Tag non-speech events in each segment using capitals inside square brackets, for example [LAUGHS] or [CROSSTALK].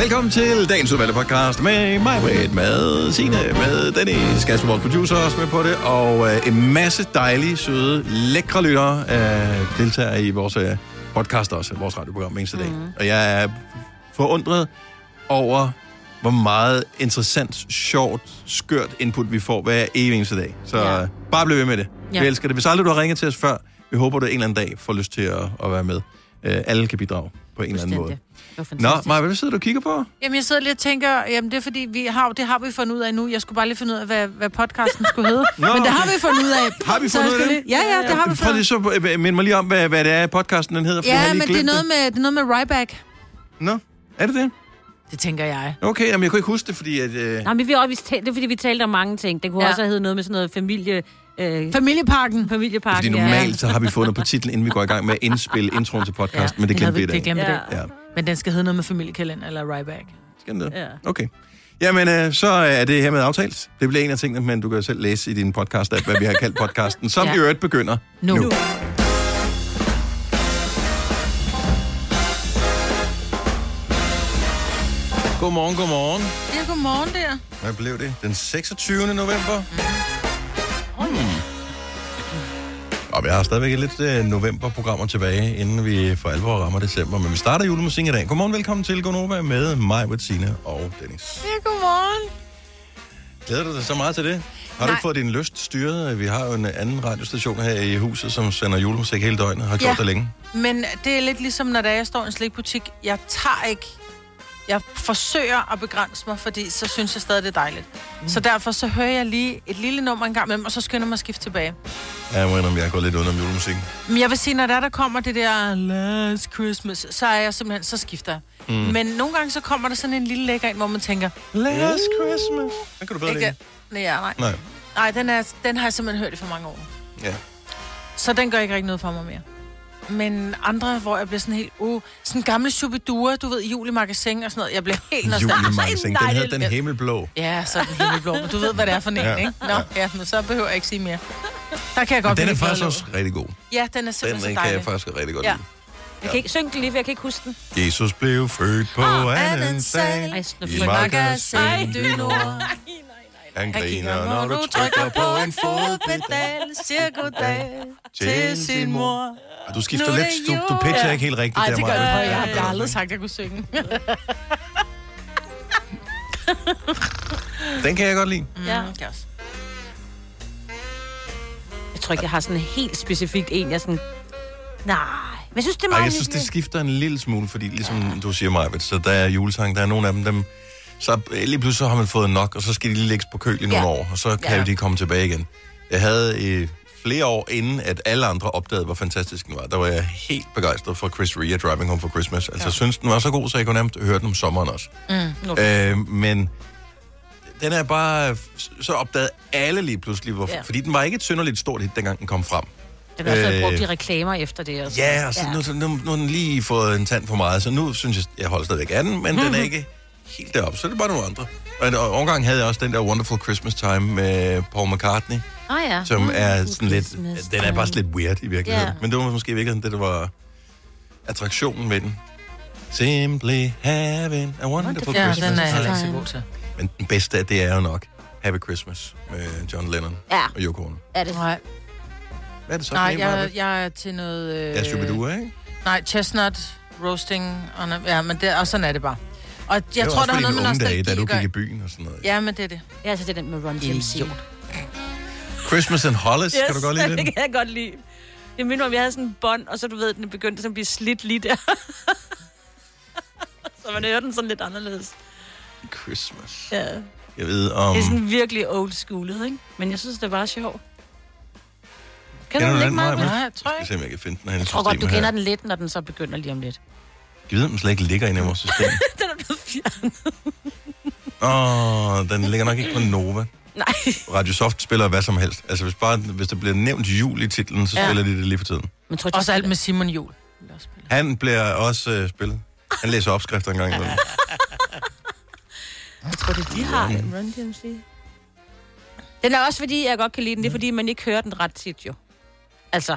Velkommen til dagens udvalgte podcast med mig, Britt, med Signe, med Dennis, Kasper, vores producer, også med på det, og øh, en masse dejlige, søde, lækre lyttere øh, deltager i vores øh, podcast også, vores radioprogram hver eneste dag. Mm. Og jeg er forundret over, hvor meget interessant, sjovt, skørt input vi får hver evig eneste dag. Så Ja. ja. bare bliv ved med det. Ja. Ja. Vi elsker det. Hvis aldrig du har ringet til os før, vi håber, du en eller anden dag får lyst til at, at være med. Øh, alle kan bidrage på en eller anden måde. Det Nå, var fantastisk. Maja, hvad sidder du og kigger på? Jamen, jeg sidder lige og tænker, jamen det er fordi, vi har, jo- det har vi fundet ud af nu. Jeg skulle bare lige finde ud af, hvad, hvad podcasten skulle hedde. Nå, Men det har okay. vi fundet ud af. [LAUGHS] Har vi Så fundet jeg ud af skal det? lige- Ja, ja, det har vi Prøv fundet lige så, øh, mind mig lige om, hvad, hvad det er, podcasten den hedder. for jeg har Ja, lige men det er, glemt noget med, det er noget med Ryback. Nå, er det det? Det tænker jeg. Okay, jamen, jeg kunne ikke huske det, fordi... At, øh... Nej, men vi, vi, det er fordi, vi talte om mange ting. Det kunne Ja. ja. også have heddet noget med sådan noget familie... Øh, Familieparken. familieparken. Fordi normalt så har vi fundet på titlen, inden vi går i gang med at indspille introen til podcasten, ja, men det havde glemte vi- vi i dag. det glemte vi i dag. Ja, Men den skal hedde noget med familiekalender eller Ryback. skal den det? Ja. Okay. Jamen, øh, så er det hermed aftalt. Det bliver en af tingene, men du kan jo selv læse i din podcast-app, hvad vi har kaldt podcasten, som Ja. ja. i øvrigt begynder Nu. nu. Godmorgen, godmorgen. Ja, godmorgen der. Hvad blev det? Den 26. november? Hmm. Og vi har stadigvæk lidt øh, novemberprogrammer tilbage, inden vi for alvor rammer december. Men vi starter julemusik i dag. Godmorgen, velkommen til Gonova med mig, Bettina og Dennis. Ja, godmorgen. Glæder du dig så meget til det? Har du Nej. ikke fået din lyst styret? Vi har jo en anden radiostation her i huset, som sender julemusik hele døgnet. Har gjort Ja. det længe. Men det er lidt ligesom, når der er, jeg står i en slikbutik. Jeg tager ikke... Jeg forsøger at begrænse mig, fordi så synes jeg stadig, det er dejligt. Mm. Så derfor så hører jeg lige et lille nummer en gang imellem, og så skynder jeg mig at skifte tilbage. Ja, jeg må indrømme, jeg har gået lidt udenom julemusikken. Men jeg vil sige, når der, er, der kommer det der last Christmas, så er jeg simpelthen, så skifter jeg. Mm. Men nogle gange så kommer der sådan en lille lækker ind, hvor man tænker, Last Christmas. Den kan du bedre ikke, lide. nej, ja, nej. Nej, nej den, er, den har jeg simpelthen hørt i for mange år. ja. Så den gør ikke rigtig noget for mig mere. Men andre, hvor jeg bliver sådan helt, uh, sådan gamle chubidure, du ved, jul i magasin og sådan noget. Jeg bliver helt Julemagasin. Så en Den dejlig hedder Den lille- Himmelblå. Ja, så er den himmelblå, men du ved, hvad det er for en, Ja. ja. ikke? Nå, ja, men så behøver jeg ikke sige mere. Der kan jeg godt Men den er blive faktisk glad også rigtig god. over. Ja, den er Den simpelthen kan så jeg dejlig. faktisk rigtig godt Ja. ja. Jeg kan ikke synge den lige, for jeg kan ikke huske den. lide. Jesus blev født på oh, anden sal. Ej, snøf. I Magasin, magasin du du nord. Han Han griner, når du trykker på en fodpedal. siger goddag til sin mor. Og du skifter Nu er lidt, det du, du jul. pitcher Ja. ikke helt rigtigt Ej, der, det gør Maja. jeg. Jeg har aldrig sagt, at jeg kunne synge. [LAUGHS] Den kan jeg godt lide. Ja. Mm, yes. Jeg tror ikke, jeg har sådan en helt specifikt en, jeg sådan... Nej, men jeg synes, det er Ej, meget jeg synes, det hyggeligt. skifter en lille smule, fordi ligesom du siger, Maja, så der er julesang, der er nogle af dem, dem så øh, lige pludselig så har man fået nok, og så skal de lige lægges på køl i nogle Ja. år, og så kan Ja. ja. de komme tilbage igen. Jeg havde i flere år inden, at alle andre opdagede, hvor fantastisk den var. Der var jeg helt begejstret for Chris Rea, Driving Home for Christmas. Altså, ja. jeg synes, den var så god, så jeg kunne nærmest høre den om sommeren også. Mm, okay. øh, men den er bare... Så opdagede alle lige pludselig, hvorfor. Ja. Ja. Fordi den var ikke et synderligt stort hit, dengang den kom frem. Jeg har i hvert fald brugt Øh. i reklamer efter det. Og sådan. Ja, og så nu, så nu, nu har den lige fået en tand for meget, så nu synes jeg, jeg holder stadigvæk af den, men den er ikke helt deroppe, så er det bare nogle andre. Og en omgang havde jeg også den der Wonderful Christmas Time med Paul McCartney, Ah, ja. som Mm, er sådan lidt, Christmas den er bare sådan time. lidt weird i virkeligheden. Ja. Men det var måske i virkeligheden det, der var attraktionen ved den. Simply having a wonderful Ja, Christmas den er jeg heller time. ikke så god til. Men den bedste af det er jo nok Happy Christmas med John Lennon Ja, og Yoko Ono. er det. Nej, Hvad er det så? nej jeg, jeg er til noget... Øh, jeg er Shubidua, ikke? Nej, chestnut roasting. Og, no- ja, men det, og sådan er det bare. Og jeg det tror, var der var også fordi noget i mine med unge dage, nostalgi. da du at gøre. gik i byen og sådan noget. Ja, men det er det. Ja, altså det er den med Ron DMC. Idiot. Christmas and [LAUGHS] Hollis, yes. kan du godt lide det den? kan jeg godt lide. Jeg minder om, jeg havde sådan en bånd, og så du ved, den begyndte sådan at blive slidt lige der. [LAUGHS] så man hører den sådan lidt anderledes. Christmas. Ja. Det Jeg ved om... er sådan virkelig old schoolet, ikke? Men jeg synes, det var sjovt. Kan Kender du du den den, ikke meget? Maja? Jeg Nej, jeg tror Jeg skal se, ikke. om jeg kan finde den her. tror godt, du kender den lidt, når den så begynder lige om lidt. Jeg ved, om den slet ikke ligger inde i vores system. [LAUGHS] Den er blevet fjernet. [LAUGHS] Åh, oh, den ligger nok ikke på Nova. Nej. Radio Soft spiller hvad som helst. Altså, hvis, bare, hvis der bliver nævnt jul i titlen, så Ja. spiller de det lige for tiden. Men tror, Også alt med Simon Jul. vil jeg også spille. Han bliver også øh, spillet. Han læser opskrifter en gang imellem. [LAUGHS] Jeg tror, det de har. Run DMC. Den er også fordi, jeg godt kan lide den. Det er fordi, man ikke hører den ret tit jo. Altså,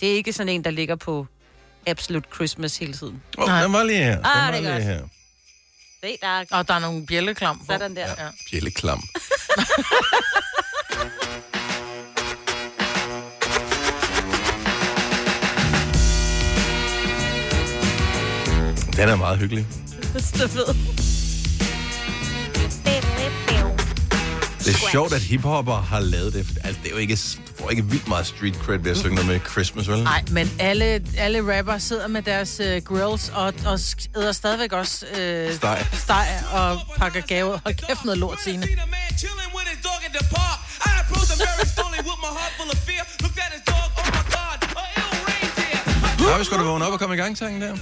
det er ikke sådan en, der ligger på Absolute Christmas hele tiden. Åh, oh, den var lige her. Den Ah, var det er lige her. Se, der er Og der er nogle bjælleklam på. sådan der. Ja. Bjælleklam. [LAUGHS] Den er meget hyggelig. Det er sjovt, at hiphopper har lavet det. Altså, det er jo ikke, du får ikke vildt meget street cred ved at synge noget med Christmas, vel? Nej, men alle, alle rapper sidder med deres øh, grills og, og sk- æder stadigvæk også øh, Steg. steg og pakker gaver. Og kæft noget lort, Signe. Har vi sgu da vågne op og komme i gang, sangen der?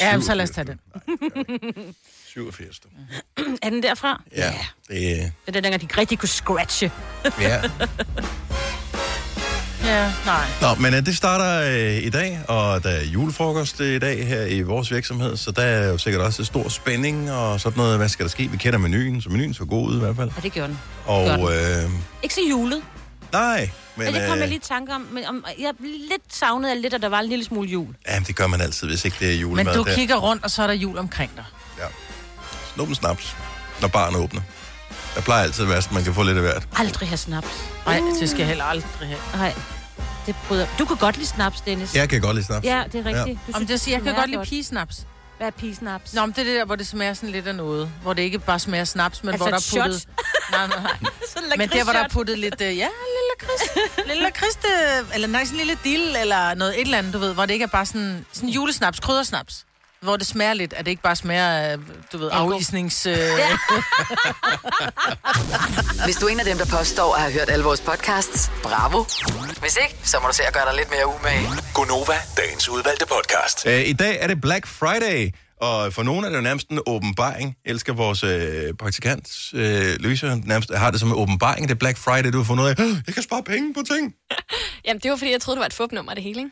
Ja, men så lad os [LAUGHS] tage den. 87. du. Er den derfra? Ja, det er... Det er dengang, de rigtig kunne scratche. [LAUGHS] Ja. Ja, nej. Nå, men øh, det starter øh, i dag, og der er julefrokost øh, i dag her i vores virksomhed, så der er jo sikkert også stor spænding og sådan noget. Hvad skal der ske? Vi kender menuen, så menuen så god ud i hvert fald. Og det gjorde den. Og Godt. øh, Ikke så julet. nej, men Men, det kom jeg øh, lige i tanke om, men om, jeg lidt savnede lidt, at der var en lille smule jul. jamen, det gør man altid, hvis ikke det er Men julemad. du der. kigger rundt, og så er der jul omkring dig. Ja. Snup en snaps, når barnet åbner. Der plejer altid at være, sådan, man kan få lidt af hvert. Aldrig have snaps. Nej, det skal jeg heller aldrig have. Nej, det bryder. Du kan godt lide snaps, Dennis. Jeg kan godt lide snaps. Ja, det er rigtigt. Du Om synes, det, siger, jeg kan smager godt lide pigesnaps. Hvad er pisnaps? Nå, men det er det der, hvor det smager sådan lidt af noget. Hvor det ikke bare smager snaps, men Altså hvor der et er puttet... [LAUGHS] Nej, nej, nej. sådan Men der, hvor der er puttet lidt... Øh, ja, lille [LAUGHS] kris. Lille kris, øh, eller nej, sådan en lille dill, eller noget et eller andet, du ved. Hvor det ikke er bare sådan, sådan julesnaps, kryddersnaps. Hvor det smager lidt, at det ikke bare smager, øh, du ved, [LAUGHS] afisnings... Øh, [LAUGHS] ja. Hvis du er en af dem, der påstår at have hørt alle vores podcasts, bravo. Hvis ikke, så må du se at gøre dig lidt mere umage. Gonova, dagens udvalgte podcast. Øh, I dag er det Black Friday, og for nogle er det jo nærmest en åbenbaring. Jeg elsker vores øh, praktikant, øh, Louise, hun nærmest har det som en åbenbaring. Det er Black Friday, du har fundet ud af, "Åh, jeg kan spare penge på ting. Jamen, det var, fordi jeg troede, det var et fupnummer, det hele, ikke?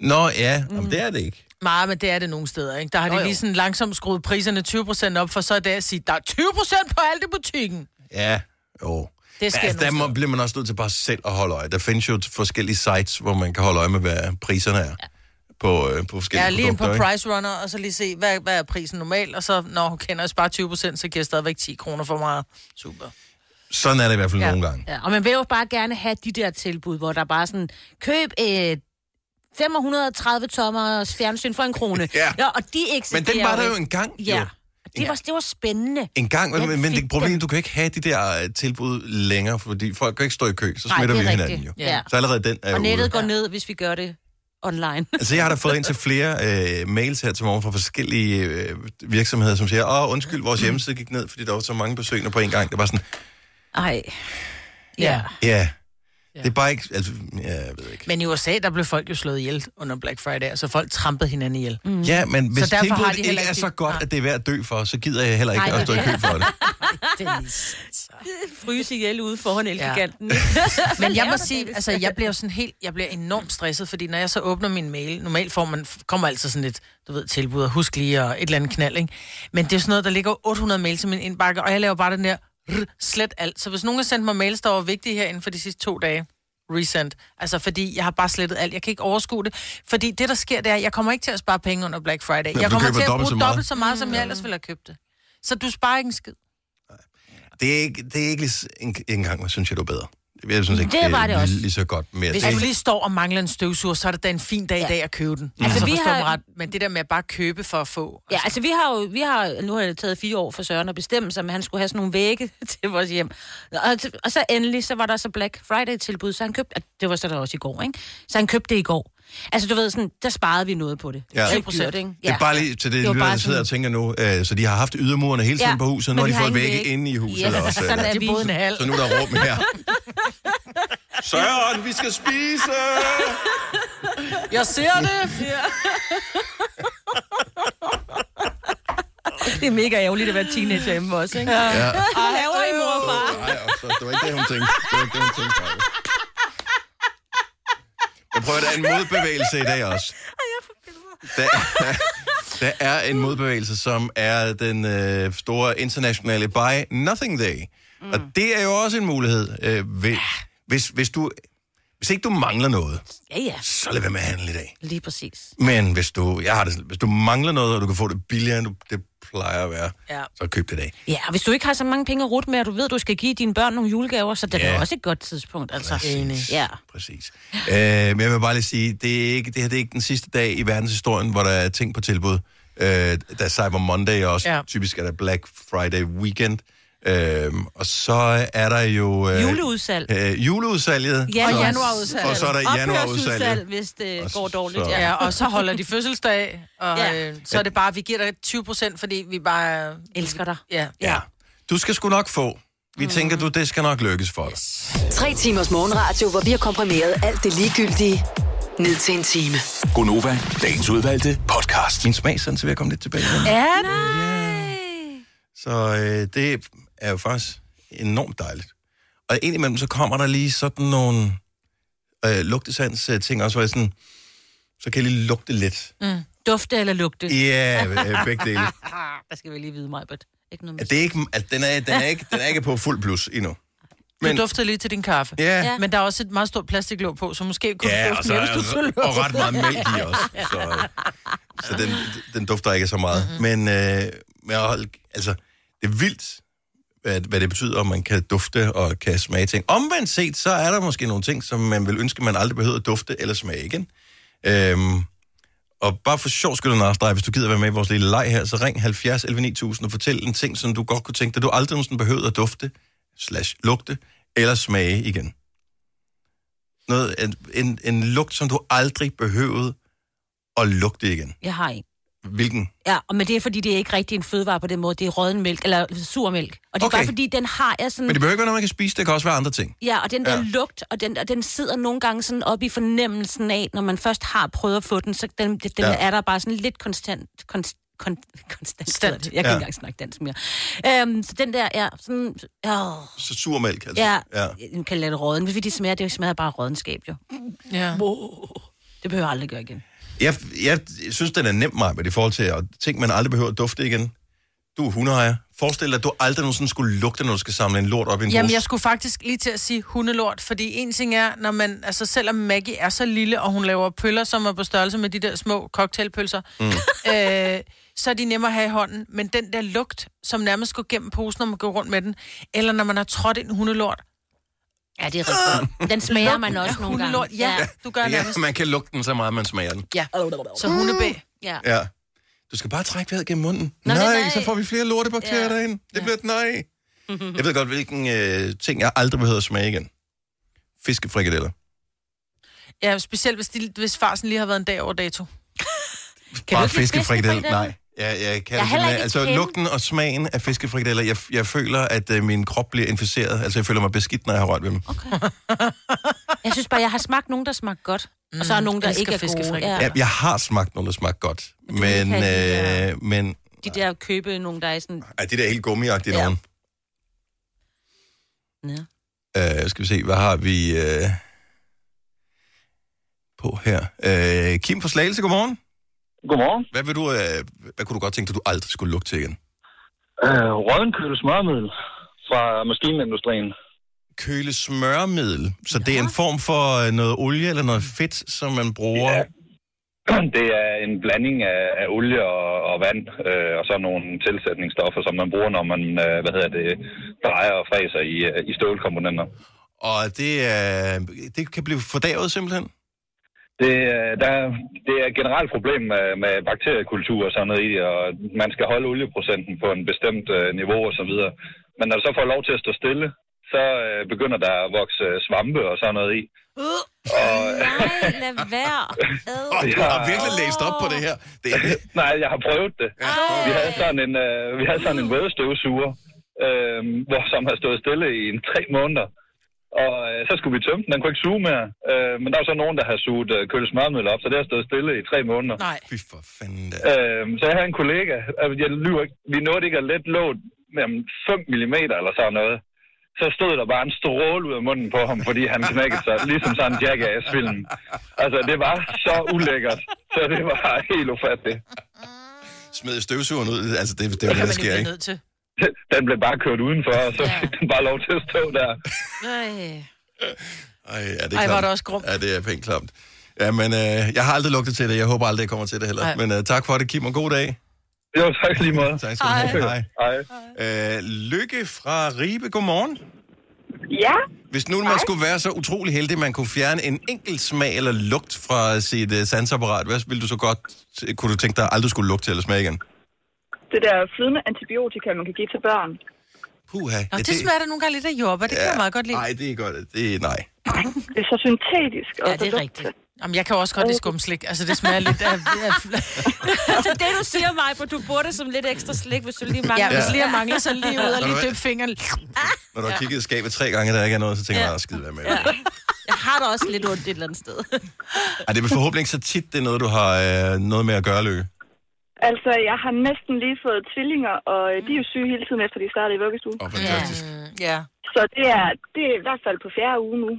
Nå ja, mm. Jamen, det er det ikke. Meget, men det er det nogle steder, ikke? Der har de lige sådan langsomt skruet priserne 20% op, for så er det at sige, der er 20% på alt i butikken. Ja, jo. Det sker Men altså, der nogle må, bliver man også nødt til bare selv at holde øje. Der findes jo forskellige sites, hvor man kan holde øje med, hvad priserne er ja. på, øh, på forskellige Ja, lige ind på produkter. ikke? Price Runner, og så lige se, hvad, hvad er prisen normalt, og så, når hun kender jeg sparer 20%, så giver jeg stadigvæk 10 kroner for meget. Super. Sådan er det i hvert fald ja. nogle gange. Ja, og man vil jo bare gerne have de der tilbud, hvor der bare sådan, køb øh, et 530 tommers fjernsyn for en krone. [LAUGHS] Ja. ja og de eksisterer Men den var der jo ikke. engang, jo. Ja, og det var, det var spændende. En gang, Jeg men, men fik det problem, dem. du kan ikke have de der øh, tilbud længere, fordi folk kan ikke stå i kø, så Nej, smitter det vi er hinanden rigtigt. jo. Ja. Så allerede den er Og ude. nettet går ned, hvis vi gør det online. Altså, jeg har da fået ind til flere øh, mails her til morgen fra forskellige øh, virksomheder, som siger, åh, undskyld, Mm. vores hjemmeside gik ned, fordi der var så mange besøgende på en gang. Det var sådan, Ej, Ja. ja, det er bare ikke, altså, ja, jeg ved ikke. Men i USA, der blev folk jo slået ihjel under Black Friday, så folk trampede hinanden ihjel. Mm. Ja, men hvis derfor har de tilbuddet heller ikke er ikke- så godt, Nej. at det er værd at dø for, så gider jeg heller ikke Nej, at stå i det er kø for det. fryse ihjel ude foran Elgiganten. elgiganten. [LAUGHS] Men jeg må sige, altså jeg bliver jo sådan helt, jeg bliver enormt stresset, fordi når jeg så åbner min mail, normalt får man, kommer altid sådan et, du ved, tilbud, og husk lige, og et eller andet knald, ikke? Men det er sådan noget, der ligger 800 mail til min indbakke, og jeg laver bare den der, rr, slet alt. Så hvis nogen har sendt mig mails, der var vigtige her inden for de sidste to dage, resend. Altså, fordi jeg har bare slettet alt. Jeg kan ikke overskue det. Fordi det, der sker, det er, at jeg kommer ikke til at spare penge under Black Friday. for Jeg du kommer køber til at dobbelt bruge så meget. dobbelt så meget, som jeg ellers ville have købt det. Så du sparer ikke en skid. Det er ikke, det er ikke lige, s- en- ikke engang, synes jeg, det var bedre. Jeg synes ikke, Det var det også. lige så godt mere. Hvis Det- du lige står og mangler en støvsuger, så er det da en fin dag i dag at købe den. Mm. Altså, vi vi har... har- Mig ret, men det der med at bare købe for at få... Ja, altså vi har jo, vi har, nu har det taget fire år for Søren at bestemme sig, men han skulle have sådan nogle vægge [LAUGHS] til vores hjem. Og, til- og så endelig, så var der så Black Friday-tilbud, så han købte, at det var så der også i går, ikke? Så han købte det i går. Altså du ved sådan, der sparede vi noget på det. Ja. 20%, ikke? Det er bare lige til det, var lytter, bare der sidder og tænker nu. Øh, så de har haft ydermurene hele tiden Ja, på huset, men når de de har får ingen vægge væg. inde i huset Yes, også. sådan eller- er de boede en halv. Så nu er der rum [LAUGHS] her. Søren, vi skal spise! [LAUGHS] Jeg ser det! Det er mega ærgerligt at være teenager hjemme også, ikke? Ja. Ja. Og haver i mor og far. Nej, og så, det var ikke det, hun tænkte. Det var ikke det, hun tænkte faktisk. Jeg prøver, der er en modbevægelse i dag også. Der, der, der er en modbevægelse, som er den øh, store internationale Buy Nothing Day. Mm. Og det er jo også en mulighed. Øh, hvis, hvis, hvis du Hvis ikke du mangler noget, Ja, ja. så lad være med at handle i dag. Lige præcis. Men hvis du, jeg har det, sådan, hvis du mangler noget, og du kan få det billigere, end du, det plejer at være, Ja. så køb det i dag. Ja, og hvis du ikke har så mange penge at rute med, og du ved, du skal give dine børn nogle julegaver, så det er Ja. da også et godt tidspunkt. Altså. Præcis. Ja. Præcis. Øh, men jeg vil bare lige sige, det, er ikke, det her det er ikke den sidste dag i verdenshistorien, hvor der er ting på tilbud. Øh, der er Cyber Monday også. Ja. Ja. Typisk er der Black Friday weekend. Øh, og så er der jo... Øh, Juleudsalg. Øh, juleudsalget. Ja, Og Så- januarudsalget. Og så er der januarudsalget. hvis det Og går dårligt. så- Så. Ja, og så holder de fødselsdag, og Ja. ja. øh, så er det bare, vi giver dig 20 procent, fordi vi bare... Elsker dig. Ja. Ja. Du skal sgu nok få. Vi mm. tænker, du, det skal nok lykkes for dig. Tre timers morgenradio, hvor vi har komprimeret alt det ligegyldige ned til en time. Gonova, dagens udvalgte podcast. Min smagsans er ved at komme lidt tilbage. Ja, Så øh, det er jo faktisk enormt dejligt. Og indimellem så kommer der lige sådan nogle øh, lugtesans øh, ting også, hvor jeg sådan, så kan jeg lige lugte lidt. Mm. Dufte eller lugte? Ja, øh, begge [LAUGHS] dele. Der skal vi lige vide mig, but. Ikke noget Er med. det ikke, at den, er, den, er ikke, den er ikke på fuld plus endnu. Du Men- Men... duftede lige til din kaffe. Ja, ja, Ja. Men der er også et meget stort plastiklåg på, så måske kunne ja, ja du og, dufte så, mere, hvis og, du tog og ret meget mælk i [LAUGHS] også. Så, øh, så den, den dufter ikke så meget. Mm-hmm. Men, øh, men jeg hold, altså, det er vildt, hvad, hvad det betyder, om man kan dufte og kan smage ting. Omvendt set, så er der måske nogle ting, som man vil ønske, man aldrig behøver at dufte eller smage igen. Øhm, og bare for sjov skyld, Anders, dig, hvis du gider være med i vores lille leg her, så ring 70 11 9000 og fortæl en ting, som du godt kunne tænke dig, du aldrig nogensinde behøvede at dufte, slash lugte, eller smage igen. Noget, en, en, en lugt, som du aldrig behøvede at lugte igen. Jeg har en. Hvilken? Ja, og men det er fordi, det er ikke rigtig en fødevare på den måde. Det er rådden mælk, eller sur mælk. Og det Okay. er okay. bare fordi, den har jeg sådan... Men det behøver ikke være noget, man kan spise, det kan også være andre ting. Ja, og den der Ja. ja. lugt, og den, og den sidder nogle gange sådan op i fornemmelsen af, når man først har prøvet at få den, så den, den Ja. ja. er der bare sådan lidt konstant... Konst, kon, konstant. Stand. hedder det. Jeg Ja. kan ja. ikke engang snakke dansk mere. Øhm, så den der er sådan... Øh, Så surmælk, altså. ja, ja. nu kan jeg lade det råden, fordi de smager, det smager bare rådenskab jo. Ja. Det behøver jeg aldrig gøre igen. Jeg, jeg synes, den er nem, mig, med i forhold til at ting, man aldrig behøver at dufte igen. Du er hundeejer. Forestil dig, at du aldrig nogensinde skulle lugte, når du skal samle en lort op i en Jamen, pose. jeg skulle faktisk lige til at sige hundelort, fordi en ting er, når man, altså selvom Maggie er så lille, og hun laver pøller, som er på størrelse med de der små cocktailpølser, mm. [LAUGHS] øh, så er de nemmere at have i hånden. Men den der lugt, som nærmest går gennem posen, når man går rundt med den, eller når man har trådt ind hundelort. Ja, det er rigtigt. Den smager man også nogle gange. Hundelort, ja, ja, du gør Ja, nærmest. man kan lugte den så meget, man smager den. Ja. Så hundebæ. ja. Ja. Du skal bare trække vejret gennem munden. nej, Nå, det er nej, nej. så får vi flere lortebakterier ja. Ja. derind. Det bliver et [LAUGHS] nej. Jeg ved godt, hvilken øh, ting jeg aldrig behøver at smage igen. Fiskefrikadeller. Ja, specielt hvis, de, hvis farsen lige har været en dag over dato. Kan du bare ikke lide fiskefrikadeller? fiskefrikadeller? Nej. Ja, jeg kan jeg Jeg er heller simpelthen. ikke Altså, kende. lugten og smagen af fiskefrikadeller, jeg, jeg føler, at øh, min krop bliver inficeret. Altså, jeg føler mig beskidt, når jeg har rørt ved dem. Okay. Jeg synes bare, jeg har smagt nogen, der smagte godt. Og så er nogen, der Mm, elsker ikke er gode. fiskefrikadeller. Ja. Ja, jeg har smagt nogle, der smagte godt. kan Men, ikke øh, men De der købe nogen, der er sådan... ej, det der helt gummiagtige ja. Ja. nogen. Ja. Øh, skal vi se, hvad har vi øh, på her? Øh, Kim fra Slagelse, godmorgen. Godmorgen. Hvad, vil du, øh, hvad kunne du godt tænke dig, du aldrig skulle lugte til igen? Øh, Rødenkøl smørmiddel fra maskinindustrien. Køle smørmiddel. Så det er en form for øh, noget olie eller noget fedt, som man bruger. Ja. Ja. [CLEARS THROAT] Det er en blanding af, af olie og, og vand, øh, og så nogle tilsætningsstoffer, som man bruger, når man øh, hvad hedder det, drejer og fræser i, øh, i støvlekomponenter. Og det, er, det kan blive fordavet simpelthen. Det, øh, der, det er et generelt problem med, med bakteriekultur og sådan noget i det, og man skal holde olieprocenten på en bestemt øh, niveau og så videre. Men når det så får lov til at stå stille, så øh, begynder der at vokse øh, svampe og sådan noget i. Og, Nej, lad [LAUGHS] være. Og Ad. du har virkelig læst op på det her. Det er, [LAUGHS] Nej, jeg har prøvet det. Ej. Vi havde sådan en, øh, vi havde sådan en vådstøvsuger, øh, hvor, som har stået stille i en tre måneder. Og øh, så skulle vi tømme den. Den kunne ikke suge mere. Øh, men der var så nogen, der havde suget øh, kølet smørmiddel op, så det har stået stille i tre måneder. Nej. fy for fanden da. Øh, så jeg havde en kollega. øh, Jeg lyver ikke. Vi nåede ikke at let låg med 5 mm eller sådan noget. Så stod der bare en stråle ud af munden på ham, fordi han knækkede sig, ligesom sådan en jackass-film. Altså, det var så ulækkert. Så det var helt ufatteligt. Smid støvsugeren ud. Altså, det, det er jo det, der Men det sker, bliver ikke? nødt til. [LAUGHS] den blev bare kørt udenfor, og så fik den bare lov til at stå der. Ej. Ej, er det Ej, var klamt. det også grumt. Ja, det er pænt klamt. Ja, men øh, jeg har aldrig lugtet til det. Jeg håber aldrig, jeg kommer til det heller. Nej. Men øh, tak for det, Kim, og god dag. Jo, tak lige meget. Tak skal du have. Hej. Hej. Øh, Lykke fra Ribe, godmorgen. Ja, Hvis nu man skulle være så utrolig heldig, at man kunne fjerne en enkelt smag eller lugt fra sit uh, sansapparat, hvad ville du så godt, øh, kunne du tænke dig, aldrig skulle lugte eller smage igen? det der flydende antibiotika, man kan give til børn. Puha. Nå, det smager da nogle gange lidt af jordbær. Det kan jeg meget godt lide. Nej, det er godt. Det er nej. Det er så syntetisk. Og Ja, det er så rigtigt. Jamen, jeg kan også godt lide skumslik. Altså, det smager lidt af... af Altså det, du siger mig, for du burde som lidt ekstra slik, hvis du lige mangler. ja, Ja, hvis lige jeg mangler, så lige ud og Ved lige du hvad? døbe fingeren. Når du har kigget i skabet tre gange, og der ikke er noget, så tænker man, at skide være med. Ja. Jeg har da også lidt ondt et eller andet sted. Ej, det er forhåbentlig ikke så tit, det er noget, du har øh, noget med at gøre, Lykke. Altså, jeg har næsten lige fået tvillinger, og øh, de er jo syge hele tiden, efter de startede i vuggestuen. Åh, oh, fantastisk. Ja. Så det er, det er i hvert fald på fjerde uge nu.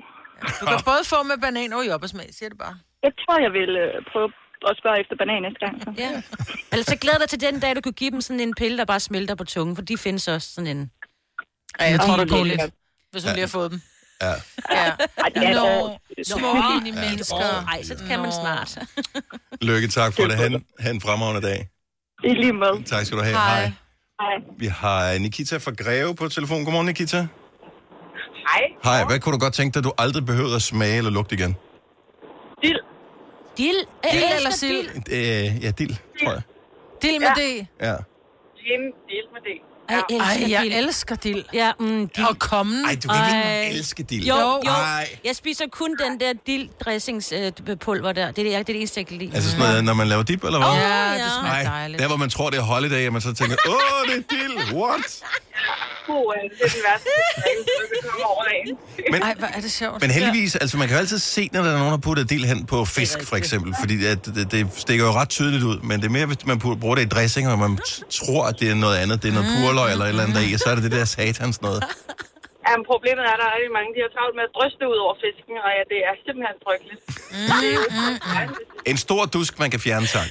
Du kan både få med banan og jordbærsmag, siger det bare. Jeg tror, jeg vil øh, prøve at spørge efter banan næste gang. Så. Ja. Eller så glæder dig til den dag, du kan give dem sådan en pille, der bare smelter på tungen, for de findes også sådan en... Ja, jeg tror, Ej, det går det er lidt, hvis hun lige har fået dem. Ja. Ja. Ej, det er et Nå, år. små mini mennesker. Nej, så kan man Nå. snart. Lykke, tak for det. Han, han fremragende dag. I lige måde. Tak skal du have. Hej. Hej. Vi har Nikita fra Greve på telefon. Godmorgen, Nikita. Hej. Hej, hvad kunne du godt tænke dig, du aldrig behøvede at smage eller lugte igen? Dild. Dill. Jeg Dild elsker eller sild? dild. Øh, ja, dild, tror jeg. Dild med det. Ja. Jim, dild med det. Ej, jeg elsker Ej, jeg dild. elsker dild. Ja, mm, dild. Og kommen. Ej, du kan Ej. ikke elske dild. Jo, jo. Ej. Jeg spiser kun den der dill-dressingspulver der. Det er det, jeg- det, er det eneste, jeg kan lide. Altså sådan noget, når man laver dip, eller hvad? Åh, Ja, det Ja. Nej, smager dejligt. der hvor man tror, det er holiday, og man så tænker, åh, det er dild, what? God, øh, det er den værste. Det kommer over dagen. Men, Ej, hvor er det sjovt. men heldigvis, altså man kan jo altid se, når der er nogen, der putter dild hen på fisk, for eksempel, fordi at det, det stikker jo ret tydeligt ud, men det er mere, hvis man pu- bruger det i dressing, og man t- tror, at det er noget andet, det er noget purløg eller et eller andet deri, så er det det der satans noget. Jamen, problemet er, at der er rigtig mange, de har travlt med at dryste ud over fisken, og ja, det er simpelthen frygteligt. Mm, Det er jo En stor dusk, man kan fjerne, tak.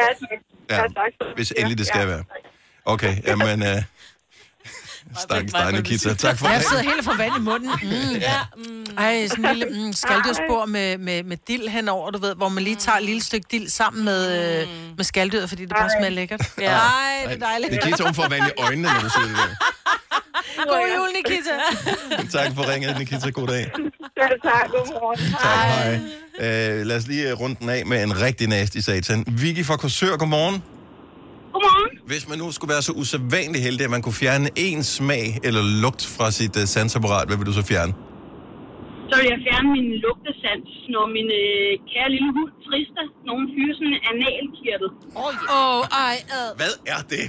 Ja, tak. Ja, tak. Hvis endelig det skal Ja, være. tak. Okay, jamen... Øh, Stakkels dig, Nikita. Tak for Jeg det. sidder helt for vand i munden. Mm. Ja. Ej, sådan en lille mm, skaldyrspor med, med, med dild henover, du ved, hvor man lige tager et lille stykke dild sammen med, øh, med skalddyret, fordi det bare smager lækkert. Ja. Ej, det er dejligt. Nikita, hun får vand i øjnene, når du siger det der. God jul, Nikita. Tak for ringet, Nikita. God dag. Ja, tak. Godmorgen. Tak, hej. Øh, lad os lige øh, runde den af med en rigtig nasty satan. Vicky fra Korsør, godmorgen. Godmorgen. Hvis man nu skulle være så usædvanlig heldig, at man kunne fjerne en smag eller lugt fra sit uh, sansapparat, hvad vil du så fjerne? Så vil jeg fjerne min lugtesans, når min øh, kære lille hund Trista, nogen fyrer sådan en analkirtel. Åh, oh, ej, ad. Hvad er det?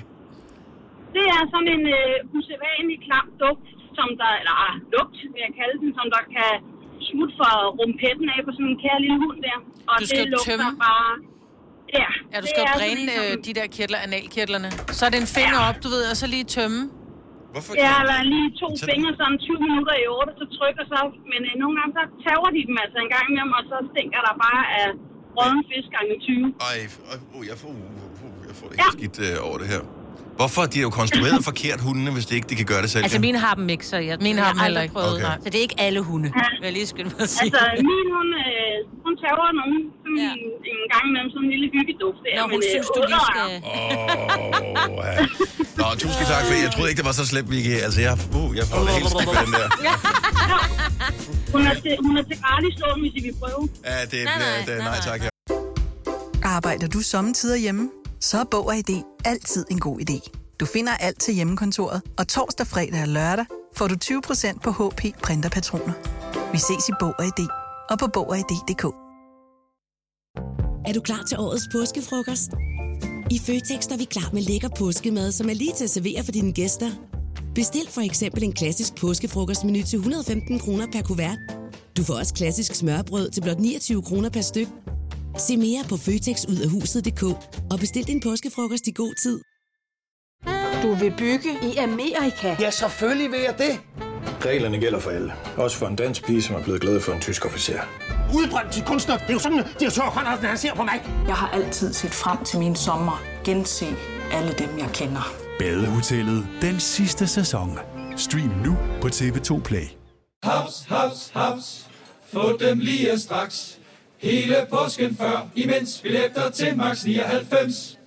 Det er sådan en øh, usædvanlig klam duft, som der, eller ah, lugt, vil jeg kalde den, som der kan smutte fra rumpetten af på sådan en kære lille hund der. Og Du skal det lugter tømme. bare... Ja, Ja, du det skal er jo sådan dræne ligesom- øh, de der kirtler, analkirtlerne. Så er det en finger op, du ved, og så lige tømme. Hvorfor? Ja, eller lige to Så- fingre, sådan 20 minutter i 8, så trykker så. Men øh, nogle gange, så tager de dem altså en gang med dem, og så stinker der bare af rådden fisk gange 20. Ej, f- uh, jeg får, uh, uh, jeg får det helt skidt uh, over det her. Hvorfor? De er jo [LAUGHS] konstrueret forkert, hundene, hvis de ikke de kan gøre det selv. Altså, ja. mine har dem ikke, så jeg, Mine har jeg dem aldrig heller ikke. prøvet. Okay. Så det er ikke alle hunde, vil jeg lige skynde mig at sige. Altså, min, hun, øh, hun tager nogen sådan Ja. ja. en gang imellem, sådan en lille hyggeduft der. Når hun øh, synes, du lige otter er- skal... Åh, ja. Nå, tusind tak for Jeg troede ikke, det var så slemt, Vicky. Altså, jeg, uh, jeg får det helt skidt med den der. Hun er til, hun er til gratis lån, hvis I vil prøve. Ja, det, nej, nej, det, nej, tak. Arbejder du sommetider hjemme? Så er Bog og ID altid en god idé. Du finder alt til hjemmekontoret, og torsdag, fredag og lørdag får du 20% på HP Printerpatroner. Vi ses i Bog og ID og på Bog og ID.dk. Er du klar til årets påskefrokost? I Føtex er vi klar med lækker påskemad, som er lige til at servere for dine gæster. Bestil for eksempel en klassisk påskefrokostmenu til 115 kroner per kuvert. Du får også klassisk smørbrød til blot 29 kroner per styk. Se mere på føtexudafhuset.dk og bestil din påskefrokost i god tid. Du vil bygge i Amerika? Ja, selvfølgelig vil jeg det. Reglerne gælder for alle. Også for en dansk pige, som er blevet glad for en tysk officer. Udbrændt til kunstner. Det er jo sådan, at de har Conradsen, han ser på mig. Jeg har altid set frem til min sommer. Gense alle dem, jeg kender. Badehotellet. Den sidste sæson. Stream nu på TV2 Play. Haps, haps, haps. Få dem lige straks. Hele påsken før, imens billetter til max 99.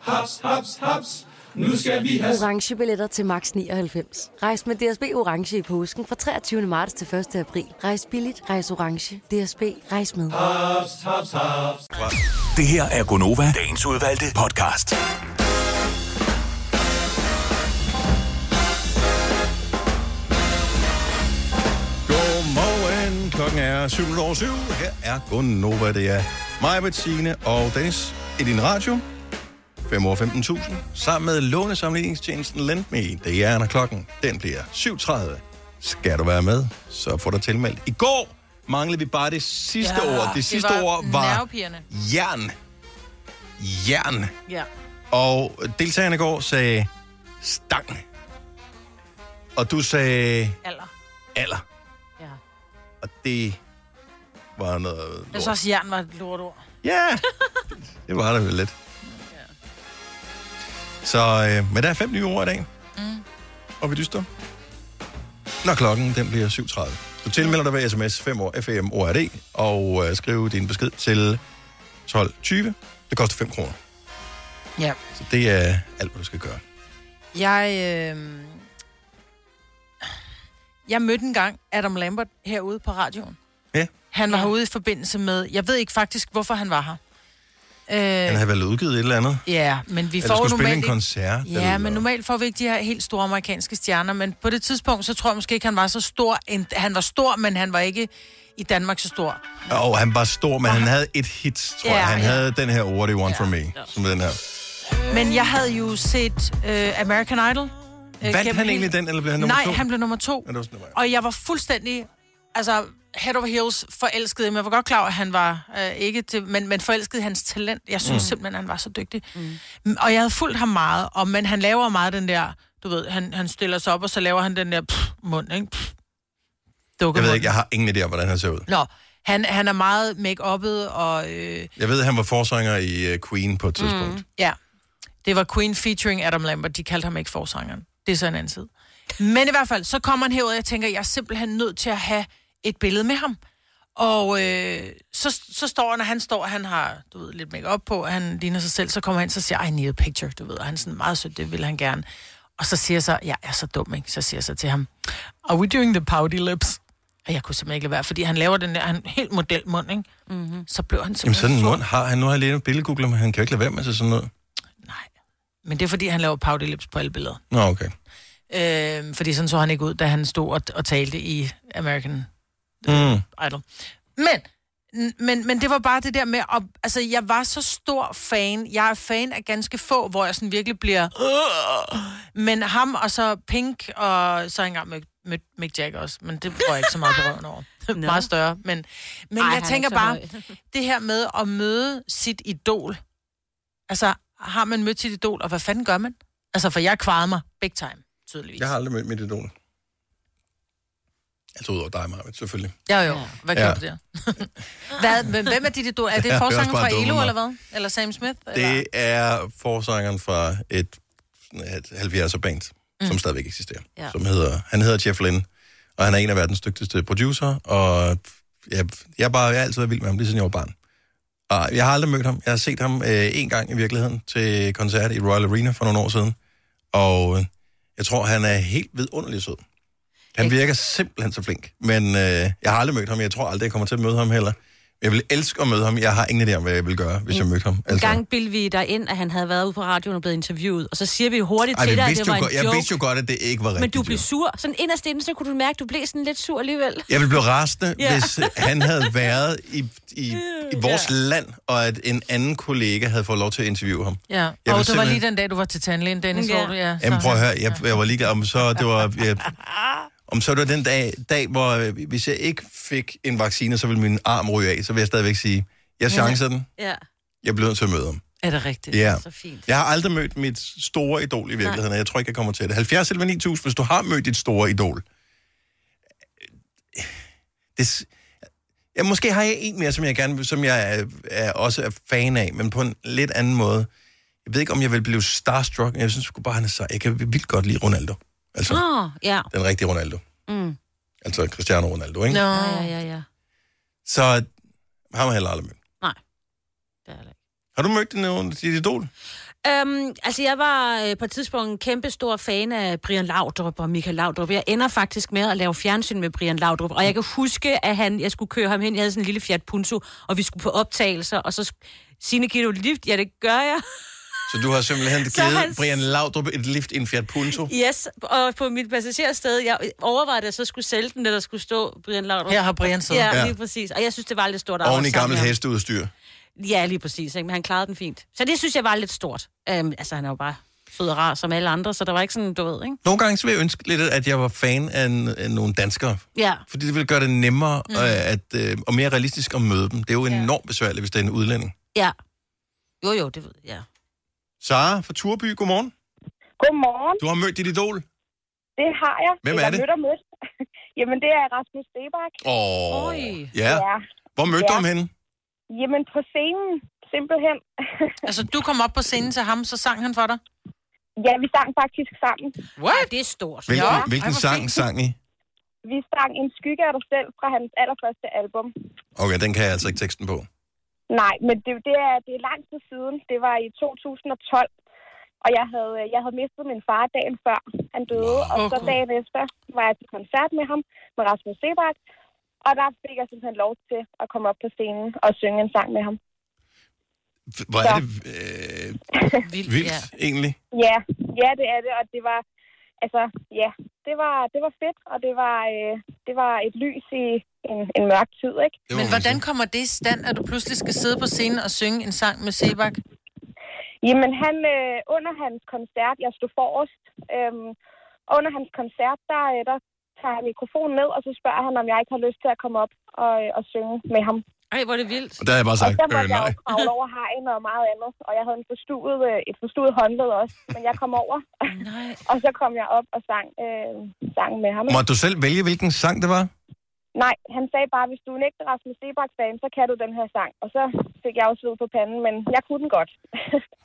Haps, haps, haps. Nu skal vi have... orange billetter til max 99. Rejs med DSB orange i påsken fra 23. marts til 1. april. Rejs billigt, rejs orange. DSB rejs med. Haps, haps, haps. Det her er Gonova, dagens udvalgte podcast. Godmorgen. Klokken er 7 over 7. Her er Gunnova. Det er mig, Bettine og Dennis i din radio. 5 over 15.000. Sammen med lånesamligningstjenesten Lendme. Det er når klokken. Den bliver 7.30. Skal du være med, så får du tilmeldt. I går manglede vi bare det sidste ja, ord. Det sidste var ord var Nervepirrende. jern. Jern. Ja. Og deltagerne i går sagde stang. Og du sagde Alder. alder. Ja. Og det var noget... Jeg synes også, jern var et lortord. Ja. Det var der vel lidt. Så, øh, men der er fem nye ord i dag. Mm. Og vi dyster. Når klokken den bliver 7.30. Du tilmelder dig ved sms 5 år FM ORD E og øh, skriv din besked til 12.20. Det koster 5 kroner. Ja. Så det er alt, hvad du skal gøre. Jeg, øh... jeg mødte engang Adam Lambert herude på radioen. Ja. Han var herude i forbindelse med... Jeg ved ikke faktisk, hvorfor han var her. Han Øh, har vel udgivet et eller andet. ja, men vi Eller får skulle spille jo normalt... en ikke- koncert. Ja, men normalt får vi ikke de her helt store amerikanske stjerner, men på det tidspunkt, så tror jeg måske ikke, han var så stor. En, han var stor, men han var ikke i Danmark så stor. Og han var stor, men han havde et hit, tror jeg. Ja, Han ja. havde den her What Do You Want From Me, som den her. Men jeg havde jo set øh, American Idol. Øh, Vandt han gennem hele- egentlig den, eller blev han nummer Nej, to? han blev nummer to. Ja, det var sådan, det Og jeg var fuldstændig, altså head over heels forelsket. i ham. jeg var godt klar, over, at han var øh, ikke til, men, men forelsket i hans talent. Jeg synes Mm. mm. simpelthen, han var så dygtig. Mm. Og jeg havde fulgt ham meget, og, men han laver meget den der, du ved, han, han stiller sig op, og så laver han den der pff, mund, ikke? Pff. var. Jeg ved ikke, jeg har ingen idé om, hvordan han ser ud. Nå, han, han er meget make-uppet, og øh, Jeg ved, at han var forsanger i øh, Queen på et tidspunkt. Mm. ja, det var Queen featuring Adam Lambert, de kaldte ham ikke forsangeren. Det er så en anden side. Men i hvert fald, så kommer han herud, og jeg tænker, jeg er simpelthen nødt til at have et billede med ham. Og øh, så, så står han, og han står, og han har du ved, lidt make op på, og han ligner sig selv, så kommer han ind, så siger, I need a picture, du ved, og han er sådan meget sødt, det vil han gerne. Og så siger jeg så, jeg er så dum, ikke? Så siger jeg så til ham, are we doing the pouty lips? Og jeg kunne simpelthen ikke lade være, fordi han laver den der, han helt modelmund, ikke? Mm-hmm. Så blev han Jamen simpelthen sådan en sur. mund har han. Nu har jeg lige en billedgoogler, men han kan jo ikke lade være med sig sådan noget. Men det er fordi, han laver pouty lips på alle billeder. Nå, okay. Øh, fordi sådan så han ikke ud, da han stod og, og talte i American øh, Mm. Idol. Men, n- men, men det var bare det der med, at, altså jeg var så stor fan, jeg er fan af ganske få, hvor jeg sådan virkelig bliver, "Åh!" men ham og så Pink, og så har jeg engang mødt, mødt Mick Jagger også, men det var jeg ikke så meget [LAUGHS] berøven over. meget større, men, men Ej, Ej, han er jeg ikke tænker så bare, høj. [LAUGHS] det her med at møde sit idol, altså har man mødt sit idol, og hvad fanden gør man? Altså, for jeg kvarede mig big time, tydeligvis. Jeg har aldrig mødt mit idol. Altså udover dig, Marvind, selvfølgelig. Ja, jo. Hvad gjorde du der? Hvad, hvem, hvem er dit idol? [LAUGHS] Er Ja, det det er forsanger også bare fra dumme Elo, mig. eller hvad? Eller Sam Smith? Eller? Det er forsangeren fra et, sådan et 70'er band, mm. som stadigvæk eksisterer. Ja. Som hedder, han hedder Jeff Lynne, og han er en af verdens dygtigste producer, og jeg, jeg, er bare, jeg har altid været vild med ham, lige siden jeg var barn. Og jeg har aldrig mødt ham. Jeg har set ham øh, en gang i virkeligheden til koncert i Royal Arena for nogle år siden, og øh, jeg tror, han er helt vidunderlig sød. Han virker simpelthen så flink, men øh, jeg har aldrig mødt ham. Jeg tror aldrig, jeg kommer til at møde ham heller. Jeg vil elske at møde ham. Jeg har ingen idé om, hvad jeg vil gøre, hvis jeg mødte ham. Altså, En gang bildte vi dig ind, at han havde været ude på radioen og blevet interviewet, og så siger vi hurtigt Ej, til vi dig, at vidste det jo var en godt, joke. Jeg vidste jo godt, at det ikke var rigtigt. men du blev jo. sur. Sådan inderst inden, så kunne du mærke, at du blev sådan lidt sur alligevel. Jeg ville blive rasende, Ja. ja. hvis øh, han [LAUGHS] havde været i, i, i vores ja. land, og at en anden kollega havde fået lov til at interviewe ham. Ja, og vil det var simpelthen- lige den dag, du var til tandlægen, Dennis, Ja. hvor du... Ja, så- Jamen prøv at høre, jeg, jeg var ligeglad, om så det var... Jeg, om så det var den dag, dag, hvor øh, hvis jeg ikke fik en vaccine, så ville min arm ryge af, så vil jeg stadigvæk sige, jeg chancer den, Ja. jeg bliver nødt til at møde ham. Er det rigtigt? Ja. Så fint. Jeg har aldrig mødt mit store idol i virkeligheden, og jeg tror ikke, jeg kommer til det. 70 eller 9000, hvis du har mødt dit store idol. Det, s- ja, måske har jeg en mere, som jeg, gerne, vil- som jeg er, er, også er fan af, men på en lidt anden måde. Jeg ved ikke, om jeg vil blive starstruck, men jeg synes sgu bare, han er sej. Jeg kan vildt godt lide Ronaldo. Altså, Nå, ja. den rigtige Ronaldo. Mm. Altså Cristiano Ronaldo, ikke? Nå, ja, ja, ja. Så ham har jeg heller aldrig mødt. Nej. Har du mødt nogen, dit idol? Øhm, altså, jeg var øh, på et tidspunkt en kæmpe stor fan af Brian Laudrup og Michael Laudrup. Jeg ender faktisk med at lave fjernsyn med Brian Laudrup. Og jeg kan huske, at han, jeg skulle køre ham hen. Jeg havde sådan en lille Fiat Punto, og vi skulle på optagelser. Og så sine giver du et lift? Ja, det gør jeg. Så du har simpelthen [LAUGHS] Så givet han- han... Brian Laudrup et lift i en Fiat Punto? [LAUGHS] Yes, og på mit passagersted, jeg overvejede, at jeg så skulle sælge den, eller skulle stå Brian Laudrup. Her har Brian siddet. Ja, Ja. lige præcis. Og jeg synes, det var lidt stort. at Oven i arbejde sammen gammelt med ham. hesteudstyr. Ja, lige præcis. Ikke? Men han klarede den fint. Så det synes jeg var lidt stort. Øhm, altså, han er jo bare sød og rar som alle andre, så der var ikke sådan, du ved, ikke? Nogle gange så vil jeg ønske lidt, at jeg var fan af, en, af nogle danskere. Ja. Fordi det vil gøre det nemmere mm. at, øh, og mere realistisk at møde dem. Det er jo enormt besværligt, hvis det er en udlænding. Ja. Jo, jo, det ved jeg. Sara fra Turby, godmorgen. Godmorgen, Du har mødt dit idol. det har jeg. Hvem er Eller det? Mødt og mødt. [LAUGHS] Jamen, det er Rasmus Debak. Åh, Oj. ja. ja. Hvor mødte Ja. du ham henne? Jamen, på scenen, simpelthen. [LAUGHS] altså, du kom op på scenen til ham, så sang han for dig? Ja, vi sang faktisk sammen. What? Det er stort. Hvilken, ja. hvilken sang sang I? Vi sang En skygge af dig selv fra hans allerførste album. Okay, den kan jeg altså ikke teksten på. Nej, men det, det, er, det er lang tid siden. Det var i 2012. Og jeg havde, jeg havde mistet min far dagen før han døde. Og så dagen efter var jeg til koncert med ham, med Rasmus Sebak. Og der fik jeg simpelthen lov til at komme op på scenen og synge en sang med ham. Hvor er det øh, [LAUGHS] vildt, vildt ja. egentlig? Ja, ja, det er det, og det var, altså, ja, det var, det var fedt, og det var, øh, det var et lys i en, en mørk tid, ikke? Men hvordan kommer det i stand, at du pludselig skal sidde på scenen og synge en sang med Sebak? Jamen, han, øh, under hans koncert, jeg stod forrest, øhm, og under hans koncert, der, øh, der tager jeg mikrofonen ned, og så spørger han, om jeg ikke har lyst til at komme op og, øh, og synge med ham. Ej, hvor er det vildt. Og der har jeg bare sagt, og der øh, måtte jeg nej. jo kravle over hegn og meget andet, og jeg havde en forstuet, øh, et forstuet håndled også, men jeg kom over, [LAUGHS] og så kom jeg op og sang, øh, sang med ham. ikke? Måtte du selv vælge, hvilken sang det var? Nej, han sagde bare, hvis du er en ægte Rasmus Sebak-fan, så kan du den her sang. Og så fik jeg også sved på panden, men jeg kunne den godt.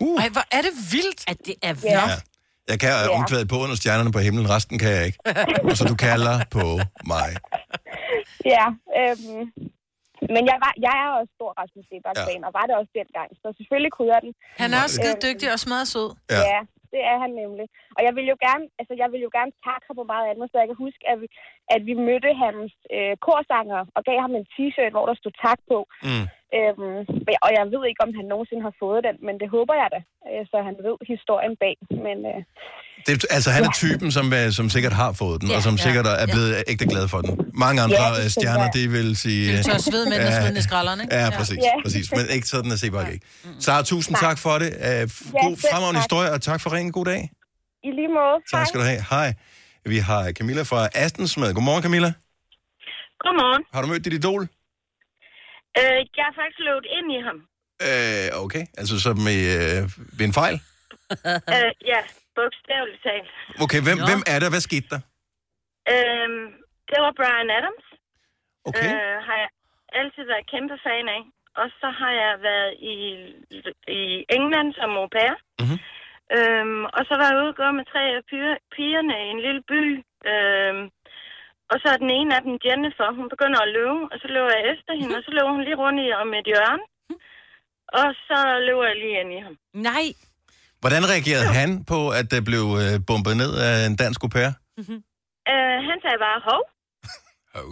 Uh. Ej, hvor er det vildt! At det er Ja. Ja. Jeg kan have omkvædet på under stjernerne på himlen, resten kan jeg [LAUGHS] ikke. Og så du kalder på mig. ja øhm, men jeg, var, jeg er også stor Rasmus Sebak-fan, ja. og var det også dengang. Så selvfølgelig kunne jeg den. Han er også skide dygtig og smadret sød. Ja. ja, det er han nemlig. Og jeg vil jo gerne, altså jeg vil jo gerne takke ham for meget andet, så jeg kan huske, at vi, at vi mødte hans øh, korsanger og gav ham en t-shirt, hvor der stod tak på. Mm. Øhm, og- og jeg ved ikke, om han nogensinde har fået den, men det håber jeg da, øh, så han ved historien bag. Men øh, Det, altså, han er typen, som, øh, som sikkert har fået den, Ja, og som ja, sikkert er blevet ægte glad for den. Mange andre Ja, det ja, tænker stjerner, jeg. det vil sige... øh, Det er tør sved, men Ja, den er sved i skralderen, ikke? Ja, præcis, Ja. præcis. Men ikke sådan er Sebak ikke. Sara, tusind Nej. tak for det. Uh, Ja, god selv fremragende tak. historie, og tak for ringen. God dag. i lige måde. Tak skal du have. Hej. Vi har Camilla fra Astens med. Godmorgen, Camilla. Godmorgen. Har du mødt dit idol? Øh, jeg har faktisk løbet ind i ham. Øh, okay. Altså, som i, øh, ved en fejl? øh, ja, bogstaveligt talt. Okay, hvem, hvem er der? Hvad skete der? Øh, det var Brian Adams. Okay. Øh, har jeg altid været kæmpe fan af. Og så har jeg været i, i England som au pair. Mhm. Øhm, og så var jeg ude og gå med tre af pyre- pigerne i en lille by. Øhm, og så er den ene af dem Jennifer. Hun begynder at løbe, og så løber jeg efter hende, og så løber hun lige rundt i om et hjørne. Mhm. Og så løber jeg lige ind i ham. Nej. Hvordan reagerede han på, at det blev øh, bombet ned af en dansk au pair? Øh, han sagde bare, hov. Hov.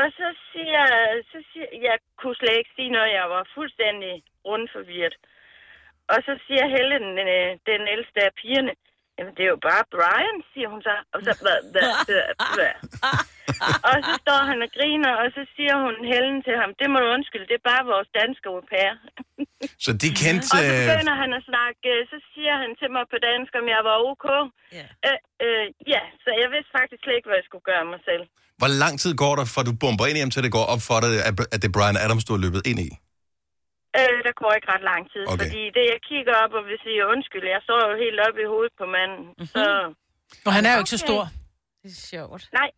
Og så siger, så siger, jeg kunne slet ikke sige noget, jeg var fuldstændig rundforvirret. Og så siger Helle, den, øh, den ældste af pigerne, jamen det er jo bare Brian, siger hun så. Og så, hvad, hvad, hvad, hvad. og så står han og griner, og så siger hun Helen til ham, det må du undskylde, det er bare vores danske au pair. Så de Mhm. kendte... Og så øh, begynder han at snakke, øh, så siger han til mig på dansk, om jeg var ok. Ja, øh, øh, ja så jeg vidste faktisk slet ikke, hvad jeg skulle gøre mig selv. Hvor lang tid går der, fra du bomber ind hjem, til det går op for dig, at- at det er Brian Adams, du har løbet ind i? Øh, der går ikke ret lang tid, okay. fordi det, jeg kigger op og vil sige undskyld, jeg står jo helt oppe i Mhm. hovedet på manden, mm-hmm. så... Og han er jo ikke så stor. Det er sjovt. Nej.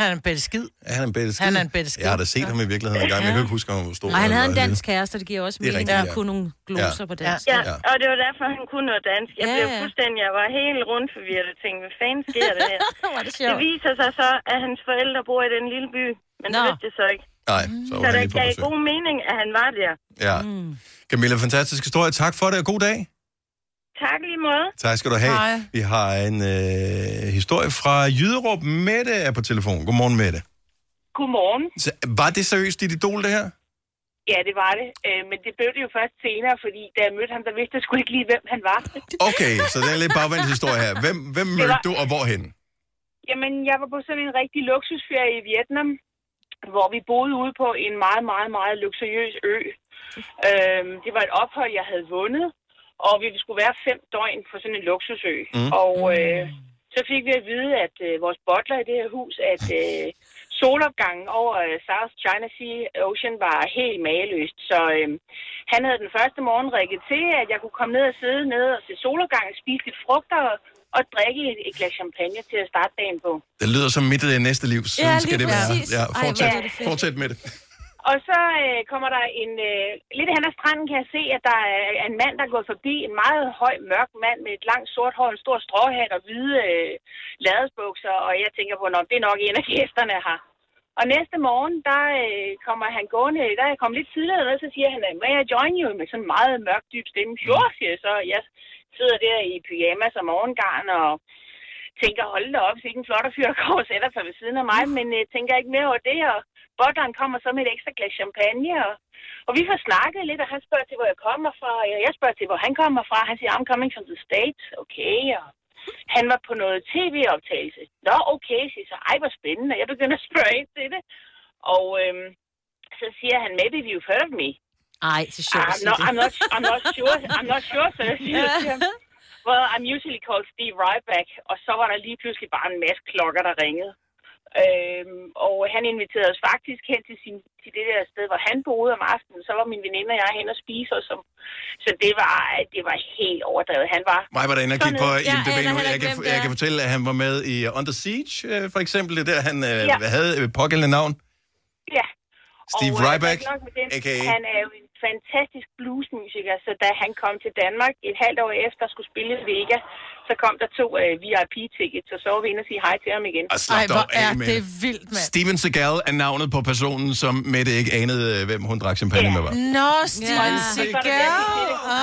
Han er en bedre skid. Er han en bedre skid? Han er en bedste skid. Jeg har da set ham i virkeligheden engang, men jeg kan ikke huske, om hvor stor Og han havde var. en dansk kæreste, det giver også Det er mening, rigtigt, at ja. han kunne nogle gloser Ja. på dansk. Ja, og det var derfor, han kunne noget dansk. Jeg Ja, blev ja. fuldstændig, jeg var helt rundt forvirret og tænkte, hvad fanden sker der her? [LAUGHS] Hvor er det det sjovt. viser sig så, at hans forældre bor i den lille by, men det Nå. vidste det så ikke. Nej, så Mm. Så var han der lige på gav besøg. god mening, at han var der. Ja. Mm. Camilla, fantastisk historie. Tak for det, og god dag. Tak lige måde. Tak skal du have. Hej. Vi har en øh, historie fra Jyderup. Mette er på telefon. Godmorgen, Mette. Godmorgen. Så, var det seriøst dit idol, det her? Ja, det var det. Øh, men det blev det jo først senere, fordi da jeg mødte ham, der vidste jeg sgu ikke lige, hvem han var. Okay, så det er lidt bagvendt historie her. Hvem, hvem Det mødte var- du, og hvorhen? Jamen, jeg var på sådan en rigtig luksusferie i Vietnam, hvor vi boede ude på en meget, meget, meget luksuriøs ø. Øh, det var et ophold, jeg havde vundet, og vi skulle være fem døgn på sådan en luksusø. Mm. Mm. Og øh, så fik vi at vide, at øh, vores bottler i det her hus, at øh, solopgangen over øh, South China Sea Ocean var helt mageløst. Så øh, han havde den første morgen rækket til, at jeg kunne komme ned og sidde ned og se solopgangen, spise lidt frugter og, og drikke et, et glas champagne til at starte dagen på. Det lyder som midt i det næste liv. Sådan Ja, skal lige det være. præcis. Ja, Ej, hvor fortsæt, er det fedt. fortsæt med det. Og så øh, kommer der en... Øh, lidt hen ad stranden kan jeg se, at der er er en mand, der er gået forbi. En meget høj, mørk mand med et langt sort hår, en stor stråhat og hvide øh, ladesbukser. Og jeg tænker på, at det er nok en af gæsterne her. Og næste morgen, der øh, kommer han gående, der er jeg kommet lidt tidligere ned, så siger han, may I join you? Med sådan en meget mørk, dyb stemme. Sure, siger jeg så. Jeg sidder der i pyjamas og morgengarn og tænker, hold da op, sikke en flot fyr, der kommer og sætter sig ved siden af mig, men øh, tænker ikke mere over det, og Butleren kommer så med et ekstra glas champagne, og, og vi får snakket lidt, og han spørger til, hvor jeg kommer fra, og jeg spørger til, hvor han kommer fra, han siger, I'm coming from the States, okay, og han var på noget tv-optagelse. Nå, okay, siger jeg så, ej, hvor spændende, jeg begynder at spørge ind til det, og øhm, så siger han, maybe you've heard of me. Ej, det er sjovt at I'm sige not, det. I'm not, I'm not sure, I'm not sure, så jeg siger til [LAUGHS] ham, well, I'm usually called Steve Ryback, og så var der lige pludselig bare en masse klokker, der ringede. Øhm, og han inviterede os faktisk hen til, sin, til det der sted, hvor han boede om aftenen. Så var min veninde og jeg hen og spise os. om- Så det var, det var helt overdrevet. Han var... Mig var der inde og kigge på Sådan. IMDb aner nu. heller Jeg ikke, kan, hvem det jeg er. kan fortælle, at han var med i øh, Under Siege, øh, for eksempel. Det er der, han øh, Ja. havde øh, pågældende navn. Ja. Steve og, øh, Ryback, ikke nok med det. aka. Han er jo en fantastisk bluesmusiker, så da han kom til Danmark et halvt år efter og skulle spille i Vega, så kom der to uh, VIP-tickets, og så var vi inde og sige hej til ham igen. Og slap Ej, dog hvor af er med det det. vildt, mand. Steven Seagal er navnet på personen, som Mette ikke anede, øh, hvem hun drak champagne med var. Nå, Steven Ja. Seagal. Ah.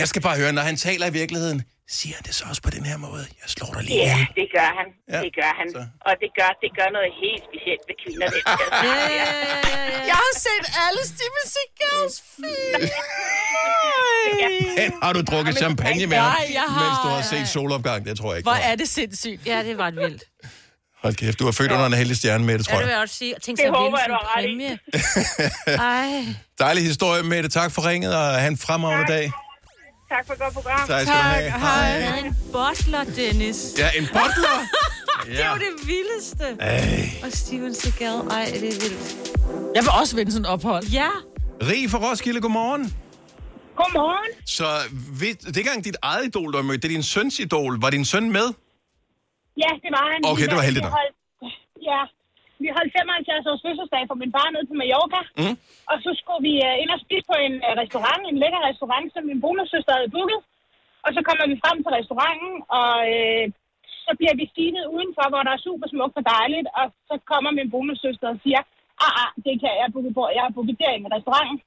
Jeg skal bare høre, når han taler i virkeligheden, siger han det så også på den her måde? Jeg slår dig lige. Ja, ihjel. det gør han. Ja, Ja, det gør han. Så. Og det gør, det gør noget helt specielt ved kvinder. Det, skal jeg sige. ja, Jeg har set alle Steven Seagals film. Men Har du drukket champagne med ham, Nej, jeg har- mens du har set solopgang? Det tror jeg ikke. Hvor er det sindssygt. Ja, det var et vildt. Hold kæft, du har født under en heldig stjerne, Mette, Ja, tror det vil jeg. jeg også sige. Og tænk Det sig at håber vinde sådan jeg, du en har ret i. præmie. Ej. [LAUGHS] Dejlig historie, Mette. Tak for ringet, og have en fremragende dag. Tak for et godt program. Tak skal du have. Tak, hej. Jeg havde en bottler, Dennis. Ja, en [LAUGHS] bottler? det er jo det vildeste. Ej. Og Steven Seagal. Ej, det er vildt. Jeg vil også vinde sådan et ophold. [LAUGHS] Ja. Rig fra Roskilde, godmorgen. Godmorgen. Så ved, dengang dit eget idol, du har mødt, det er din søns idol. Var din søn med? ja, det var han. Okay, det var heldigt Vi nok. holdt- Ja, vi holdt 75 års fødselsdag for min far nede på Mallorca. Mm. Og så skulle vi øh, ind og spise på en øh, restaurant, en lækker restaurant, som min bonussøster havde booket. Og så kommer vi frem til restauranten, og øh, så bliver vi stilet udenfor, hvor der er super smukt og dejligt. Og så kommer min bonussøster og siger, ah, ah det kan jeg booke på, jeg har booket derinde i restauranten.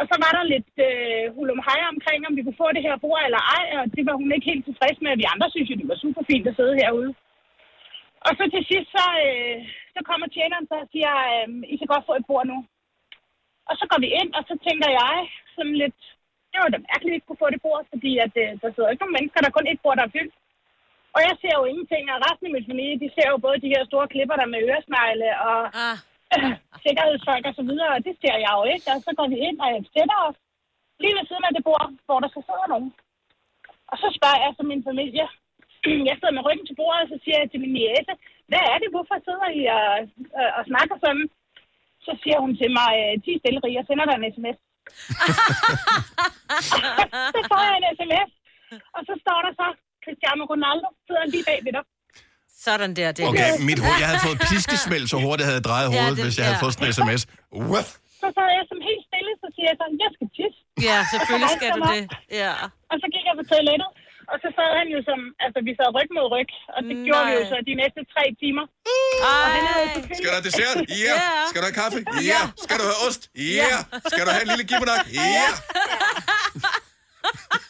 Og så var der lidt øh, hulumhej omkring, om vi kunne få det her bord eller ej, og det var hun ikke helt tilfreds med. Vi andre synes jo, det var super fint at sidde herude. Og så til sidst, så, øh, så kommer tjeneren så og siger, øh, I kan godt få et bord nu. Og så går vi ind, og så tænker jeg sådan lidt, det var da mærkeligt, at vi ikke kunne få det bord, fordi at, øh, der sidder ikke nogen mennesker, der er kun et bord, der er fyldt. Og jeg ser jo ingenting, og resten af min familie, de ser jo både de her store klipper der med øresnegle og ah. [CLEARS THROAT] sikkerhedsfolk og så videre, og det ser jeg jo ikke. Og så går vi ind og sætter os lige ved siden af det bord, hvor der så sidder nogen. Og så spørger jeg så min familie, [CLEARS THROAT] jeg sidder med ryggen til bordet, og så siger jeg til min niæse, hvad er det, hvorfor sidder I og, og, og snakker sådan? Så siger hun til mig, "Øh, de er stille, Rie, jeg sender dig en sms. så får jeg en sms, og så står der så, Cristiano Ronaldo sidder lige bag ved dig. Sådan der, det Okay, mit hoved, jeg havde fået piskesmæld så hurtigt, jeg havde drejet Ja, hovedet, det- hvis jeg havde ja. fået sådan en sms. Uff. Så sad jeg som helt stille, så siger jeg sådan, jeg skal tisse. Ja, selvfølgelig Og så skal du rejste jeg det. mig op, Ja. Og så gik jeg på toilettet, og så sad han jo som, altså vi sad ryg mod ryg, og det gjorde vi jo Mm, Nej. så de næste tre timer. Og han havde selvfølgelig- Skal du have dessert? Ja. Yeah. Skal du have kaffe? Ja. Yeah. Skal du have ost? Ja. Yeah. Skal du have en lille gibbernak? Ja. Yeah. [LAUGHS]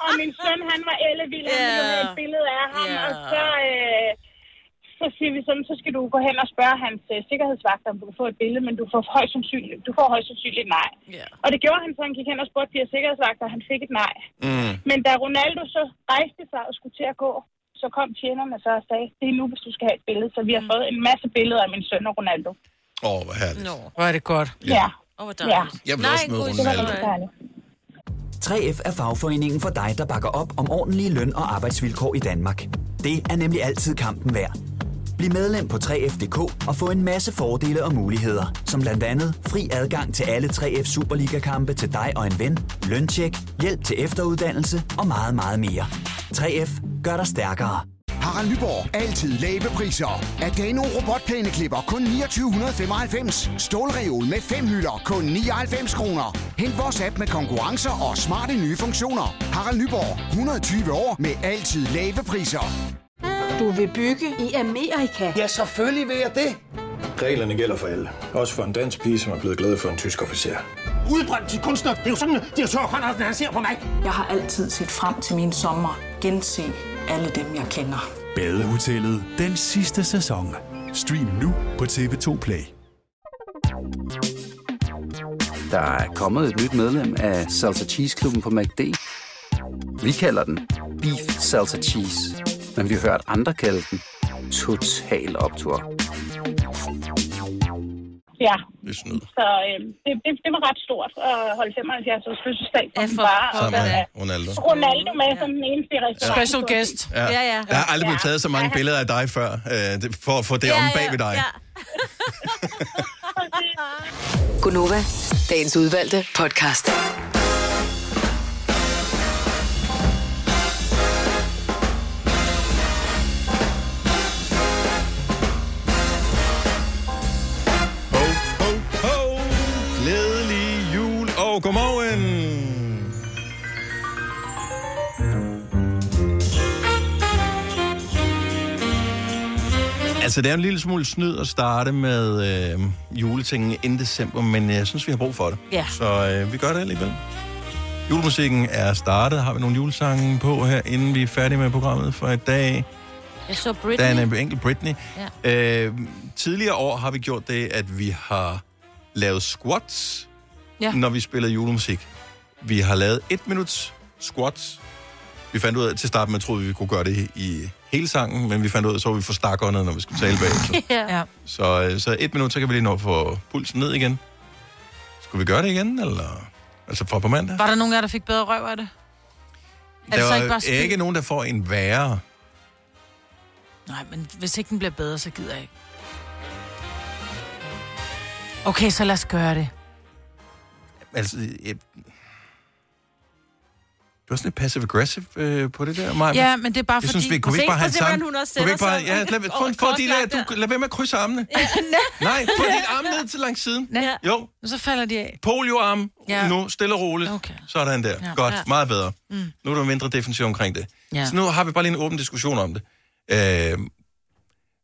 Og min søn, han var ellevild, han ville jo have et billede af ham, og så... Øh, så siger vi sådan, så skal du gå hen og spørge hans øh, sikkerhedsvagter, om du kan få et billede, men du får højst sandsynligt, du får højst sandsynligt nej. Yeah. Og det gjorde han, så han gik hen og spurgte de her sikkerhedsvagter, og han fik et nej. Mm. Men da Ronaldo så rejste sig og skulle til at gå, så kom tjenerne så og sagde, det er nu, hvis du skal have et billede. Så vi har fået en masse billeder af min søn og Ronaldo. Åh, oh, hvor herligt. No. Hvor er det godt. Ja. Åh, hvor dejligt. Jeg vil også møde Det var Ronaldo. rigtig dejligt. 3F er fagforeningen for dig, der bakker op om ordentlige løn- og arbejdsvilkår i Danmark. Det er nemlig altid kampen værd. Bliv medlem på 3F.dk og få en masse fordele og muligheder, som blandt andet fri adgang til alle 3F Superliga-kampe til dig og en ven, løntjek, hjælp til efteruddannelse og meget, meget mere. 3F gør dig stærkere. Harald Nyborg. Altid lave priser. Adano robotplæneklipper kun 2995. Stålreol med fem hylder kun 99 kroner. Hent vores app med konkurrencer og smarte nye funktioner. Harald Nyborg. 120 år med altid lave priser. Du vil bygge i Amerika? Ja, selvfølgelig vil jeg det. Reglerne gælder for alle. Også for en dansk pige, som er blevet glad for en tysk officer. Udbrændt til kunstner. Det er jo sådan, at de har Conradsen, han ser på mig. Jeg har altid set frem til min sommer, gense alle dem, jeg [LAUGHS] kender. Badehotellet den sidste sæson. Stream nu på TV2 Play. Der er kommet et nyt medlem af Salsa Cheese Klubben på MACD. Vi kalder den Beef Salsa Cheese, men vi har hørt andre kalde den Total Optor. Ja, Det er snyd. så øh, det, det, det, var ret stort at holde 75 års fødselsdag på den for bar. Og Sammen så med er Ronaldo. Ronaldo med som den eneste i restauranten. Special guest. Ja. Ja, ja. Der er aldrig blevet Ja. taget så mange Ja, han- billeder af dig før, øh, det- for at få det Ja, om ja, bag ved dig. ja. Gunova, dagens udvalgte podcast. Ho! Glædelig jul og godmorgen! Altså, det er en lille smule snyd at starte med øh, juletingen inden december, men jeg synes, vi har brug for det. Ja. Så øh, vi gør det alligevel. Julemusikken er startet. Har vi nogle julesange på her, inden vi er færdige med programmet for i dag? Jeg så Der er en Britney. enkelt Britney. Ja. Øh, tidligere år har vi gjort det, at vi har lavet squats, Ja. ja. når vi spillede julemusik. Vi har lavet et minuts squats. Vi fandt ud af, til starten, man troede, vi kunne gøre det i hele sangen, men vi fandt ud af, så var vi for stakåndede, når vi skulle tale bag. Så, ja. så, øh, så et minut, så kan vi lige nå at få pulsen ned igen. Skulle vi gøre det igen, eller? Altså fra på mandag? Var der nogen af jer, der fik bedre røv af det? Er det Der så er ikke bare ikke, spil? nogen, der får en værre. Nej, men hvis ikke den bliver bedre, så gider jeg ikke. Okay, så lad os gøre det. Altså, jeg... Du er sådan lidt passive-aggressive øh, på det der, Maja. Ja, men det er bare jeg fordi- Synes, vi, kunne vi Se- ikke bare have prøv det at se, hvordan samme? hun også Kunne vi ikke bare, sætter ja, sig. lad, få, få de der, du, lad være med at krydse armene. Nej, få dit arm ned til langs siden. Ja. Jo, Men så falder de af. polioarm, Ja. ja. nu, stille og roligt. Okay. Sådan der. Ja. Ja. Godt, Ja. meget bedre. Mm. Nu er du mindre defensiv omkring det. Ja. Ja. Så nu har vi bare lige en åben diskussion om det. Øh,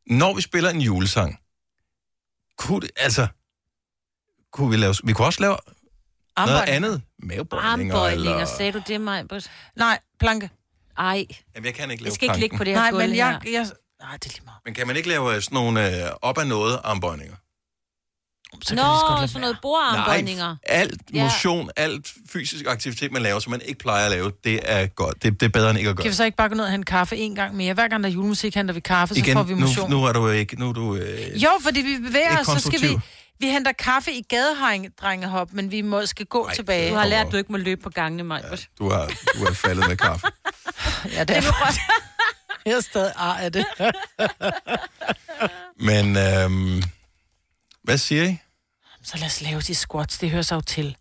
når vi spiller en julesang, kunne det, altså, kunne vi, lave, vi kunne også lave noget Armbøjninger. andet. Mavebøjninger. Armbøjninger, eller- sagde du det, mig? Nej, planke. Ej, Jamen, jeg kan ikke lave jeg skal ikke ligge planken. på det her Nej, gulv men jeg, her. jeg, Men kan man ikke lave øh, sådan nogle øh, op af noget armbøjninger? Så Nå, sådan noget bordarmbøjninger. Nej, alt Ja. motion, alt fysisk aktivitet, man laver, som man ikke plejer at lave, det er godt. Det, det er bedre end ikke at gøre. Kan vi så ikke bare gå ned og hente kaffe en gang mere? Hver gang der er julemusik, henter vi kaffe, så Igen, får vi motion. Nu, nu er du ikke... Nu er du, øh, Jo, fordi vi bevæger Ikke os, så skal vi... konstruktiv. Vi henter kaffe i gadedrengehop, men vi må, skal gå Ej, tilbage. Du har lært, du ikke må løbe på gangene, Maj. Ja, du, har, du er faldet [LAUGHS] med kaffe. ja, det er [LAUGHS] Jeg er stadig ar af det. Men øhm, hvad siger I? så lad os lave de squats, det hører sig jo til.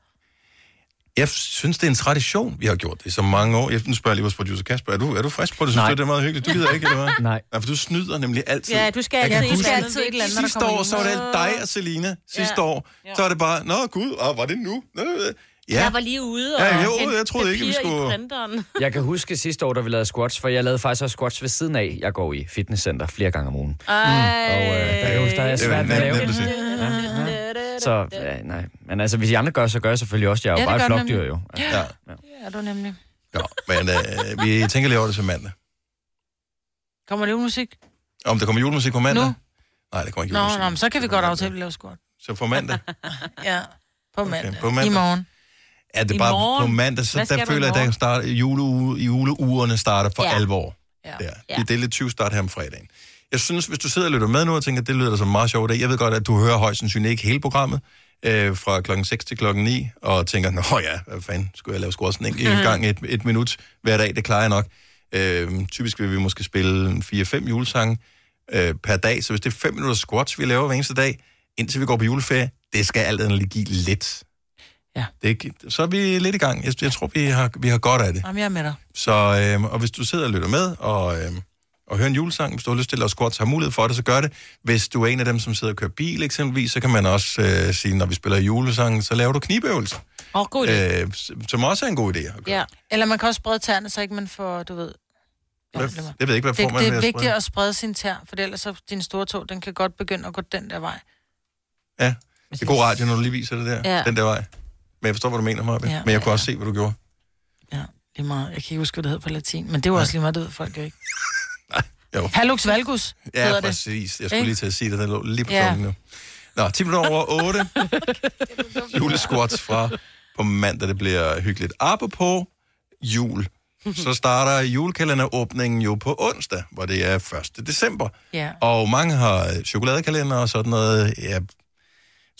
Jeg synes, det er en tradition, vi har gjort det i så mange år. Jeg nu spørger jeg lige vores producer Kasper, er du, er du frisk på det? Synes Nej. du, det er meget hyggeligt? Du gider ikke, eller hvad? [LAUGHS] Nej. Nej, for du snyder nemlig altid. Ja, du skal Jeg kan altid- du huske- skal altid et eller andet, når der Sidste kommer år, så var det julemad. dig og Selina. Sidste Ja. år, så var det bare, nå gud, og var det nu? Nå, øh, Ja. Jeg var lige ude og... Ja, jeg, hente jeg, jeg troede ikke, vi papir i skulle... printeren. Jeg kan huske sidste år, da vi lavede squats, for jeg lavede faktisk også squats ved siden af. Jeg går i fitnesscenter flere gange om ugen. Mm. Ej. Og øh, der, er jo, der er jeg Det er svært ved nemt- at lave nemt at sige. Ja. Så ja, nej. Men altså, hvis I andre gør, så gør jeg selvfølgelig også. Jeg er jo Ja, ja, det bare et gør flokdyr, man. jo. Ja. Ja, er du nemlig. Nå, men øh, vi tænker lige over det til mandag. Kommer det musik? Om der kommer julemusik på mandag? Nej, der kommer ikke Nå, julemusik. nå, men så kan vi godt aftale, at vi laver squat. Så på [LAUGHS] mandag? Ja, på mandag. på mandag. I morgen. Er det I bare på morgen? mandag, så Hvad skal der du i føler jeg, at der morgen? starter, juleuge, juleugerne starter for Ja. alvor. Ja. Der. Ja. Det er lidt 20 start her om fredagen. Jeg synes, hvis du sidder og lytter med nu og tænker, at det lyder da som en meget sjovt, jeg ved godt, at du hører højst sandsynligt ikke hele programmet øh, fra klokken 6 til klokken 9, og tænker, nå ja, hvad fanden, skulle jeg lave squats en enkelt Mhm. gang et, et minut hver dag, det klarer jeg nok. Øh, typisk vil vi måske spille en 4-5 julesange øh, per dag, så hvis det er 5 minutter squats, vi laver hver eneste dag, indtil vi går på juleferie, det skal alt andet lige give lidt. Ja. Det, gi- så er vi lidt i gang. Jeg, jeg tror, vi har, vi har godt af det. Jamen, jeg er med dig. Så, øh, og hvis du sidder og lytter med og, øh, og hører en julesang, hvis du har lyst til at lave squats, har mulighed for det, så gør det. Hvis du er en af dem, som sidder og kører bil eksempelvis, så kan man også øh, sige, når vi spiller julesangen, så laver du knibøvelser. Åh, oh, god idé. Øh, s- som også er en god idé. Ja. Eller man kan også sprede tæerne, så ikke man får, du ved... Hvad, jeg ved jeg ikke, hvad det, får man det ved er at vigtigt sprede? at sprede sin tær, for ellers så din store tog, den kan godt begynde at gå den der vej. Ja, det er god radio, når du lige viser det der, Ja. ja. den der vej. Men jeg forstår, hvad du mener, Maja. Ja, Ja, Men jeg kunne også se, hvad du gjorde. Det er meget, jeg kan ikke huske, hvad det hedder på latin, men det var også lige meget, det ved folk jo ikke. [LAUGHS] Jo. Hallux valgus Ja, hedder det. præcis. Jeg skulle Ikke? lige til at sige det, den lå lige på Ja. klokken nu. Nå, 10 minutter over [LAUGHS] 8. Julesquats fra på mandag, det bliver hyggeligt. Apropos jul, så starter julekalenderåbningen jo på onsdag, hvor det er 1. december. Ja. Og mange har chokoladekalender og sådan noget. Jeg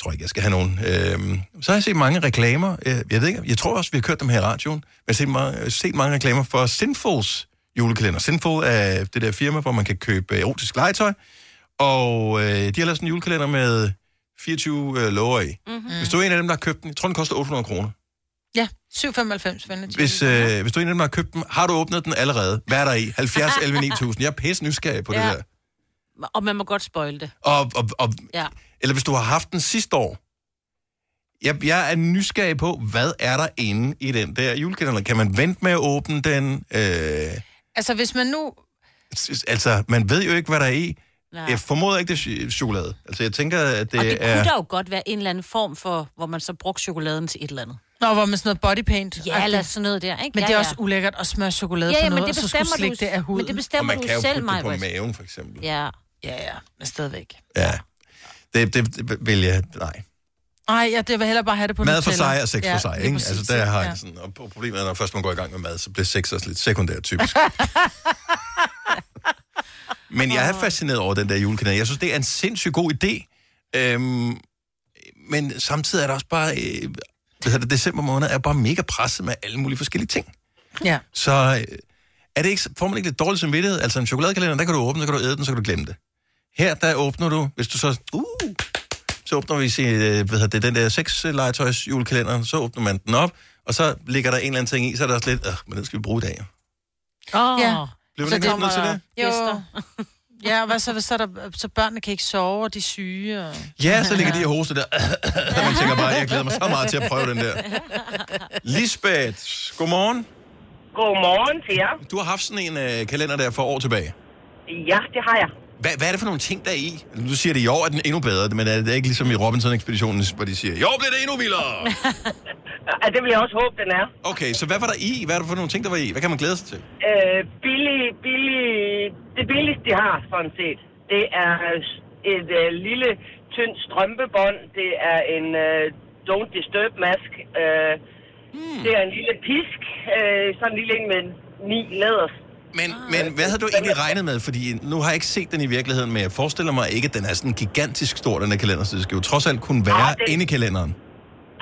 tror ikke, jeg skal have nogen. Øhm, så har jeg set mange reklamer. Øh, Jeg ved ikke, jeg tror også, vi har kørt dem her i radioen. Men jeg har set mange, set mange reklamer for Sinfuls julekalender. Sinful er det der firma, hvor man kan købe erotisk legetøj. Og øh, de har lavet sådan en julekalender med 24 øh, lover i. Mm-hmm. Mm. Mhm. Hvis du er en af dem, der har købt den, jeg tror, den koster 800 kroner. Ja, 795 spændende. Hvis, øh, hvis du er en af dem, der har købt den, har du åbnet den allerede? Hvad er der i? 70, 11, 9000. Jeg er pisse nysgerrig på ja. Ja. det der. Og man må godt spoil det. Og, og, og, Ja. eller hvis du har haft den sidste år. Jeg, jeg er nysgerrig på, hvad er der inde i den der julekalender? Kan man vente med at åbne den? Øh, Altså, hvis man nu... s- altså, man ved jo ikke, hvad der er i. Nej. Jeg formoder ikke, det er ch- chokolade. Altså, jeg tænker, at det, og det er... kunne da jo godt være en eller anden form for, hvor man så brugte chokoladen til et eller andet. Nå, hvor med sådan noget bodypaint. Ja, eller sådan noget der, ikke? Men ja, det er ja. også ulækkert at smøre chokolade Ja, på ja, noget, men det og så skulle bestemmer slikke du- det af huden. men det bestemmer og man du kan jo selv, putte det på Maj-Brit. maven, for eksempel. Ja. Ja, ja, men stadigvæk. Ja. Det, det, det vil jeg... Nej. Nej, ja, det vil hellere bare have det på Mad for Nutella. sig og sex Ja, for sig, lige ikke? præcis, Altså, der har ja. jeg sådan... Og problemet er, når først man går i gang med mad, så bliver sex også lidt sekundært, [LAUGHS] typisk. Men jeg er fascineret over den der julekanal. Jeg synes, det er en sindssygt god idé. Øhm, men samtidig er der også bare... Øh, hvad hedder det, december måned er bare mega presset med alle mulige forskellige ting. Ja. Så øh, er det ikke, får man ikke lidt dårlig samvittighed? Altså en chokoladekalender, der kan du åbne, så kan du æde den, så kan du glemme det. Her, der åbner du, hvis du så... Uh, så åbner vi sin, øh, hvad hedder det, den der sexlegetøjs julekalender, så åbner man den op, og så ligger der en eller anden ting i, så er der også lidt, øh, men den skal vi bruge i dag. jo." Oh. Ja. Bliver man ikke nødt til det? Jo. Ja, og hvad så, hvis så, er der, så børnene kan ikke sove, og de er syge. Og... Ja, så ligger de og hoster der. [LAUGHS] man tænker bare, jeg glæder mig så meget til at prøve den der. Lisbeth, godmorgen. Godmorgen til jer. Du har haft sådan en øh, kalender der for år tilbage. Ja, det har jeg. Hvad, hvad er det for nogle ting, der er i? Du siger, det i år er den endnu bedre, men er det ikke ligesom i Robinson-ekspeditionen, hvor de siger, jo, bliver det endnu vildere? [LAUGHS] Ja, det vil jeg også håbe, den er. Okay, så hvad var der i? Hvad er det for nogle ting, der var i? Hvad kan man glæde sig til? Øh, billig, billig, det billigste, de har, sådan set, det er et øh, lille, tyndt strømpebånd. Det er en øh, don't disturb-mask. Øh, Mm. Det er en lille pisk. Øh, sådan en lille en med ni læders. Men, Men hvad havde du egentlig regnet med? Fordi nu har jeg ikke set den i virkeligheden, men jeg forestiller mig ikke, at den er sådan gigantisk stor, den her kalender, så det skal jo trods alt kunne være Ah, det- inde i kalenderen.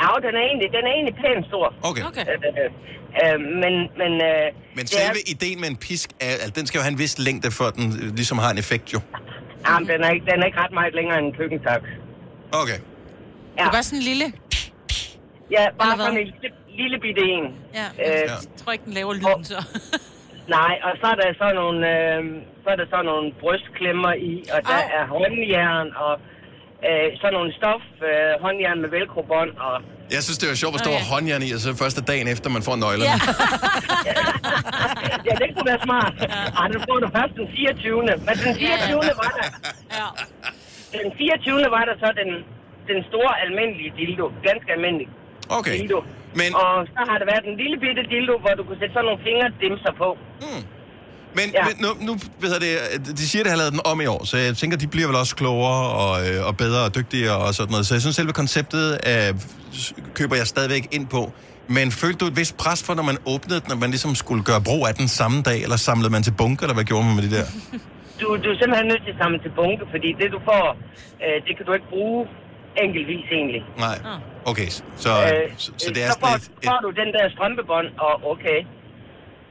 Ja, den er egentlig, den er egentlig pænt stor. Okay. Okay. Øh, øh, øh, men men, øh, Men det er- selve ideen med en pisk, er, altså, den skal jo have en vis længde, før den øh, ligesom har en effekt jo. Jamen, den er, ikke, den er ikke ret meget længere end en køkkentaks. Okay. Ja. Det var sådan en lille... Ja, bare Eller hvad? sådan en lille, lille bitte en. Ja, Øh, jeg tror ikke, den laver lyden så. [LAUGHS] Nej, og så er der så nogle, øh, så er der så nogle brystklemmer i, og der er håndjern, og øh, sådan nogle stof, øh, håndjern med velcrobånd, og Jeg synes, det var sjovt, hvor stor håndjern i, og så først er dagen efter, man får nøglerne. [LAUGHS] ja, det kunne være smart. Ej, nu får du først den 24. Men den 24. var der. Den 24. var der så den, den store almindelige dildo. Ganske almindelig okay. dildo. Men... Og så har der været en lille bitte dildo, hvor du kunne sætte sådan nogle fingerdimser på. Mm. Men, ja. men nu, nu ved jeg det, de siger, at det har lavet den om i år, så jeg tænker, de bliver vel også klogere og, øh, og bedre og dygtigere og sådan noget. Så jeg synes, selve konceptet øh, s- køber jeg stadigvæk ind på. Men følte du et vist pres for, når man åbnede den, at man ligesom skulle gøre brug af den samme dag, eller samlede man til bunker, eller hvad gjorde man med det der? Du, du er simpelthen nødt til at samle til bunke, fordi det du får, øh, det kan du ikke bruge enkeltvis egentlig. Nej. Okay, så, øh, så, så det er sådan så får, lidt... får du den der strømpebånd, og okay.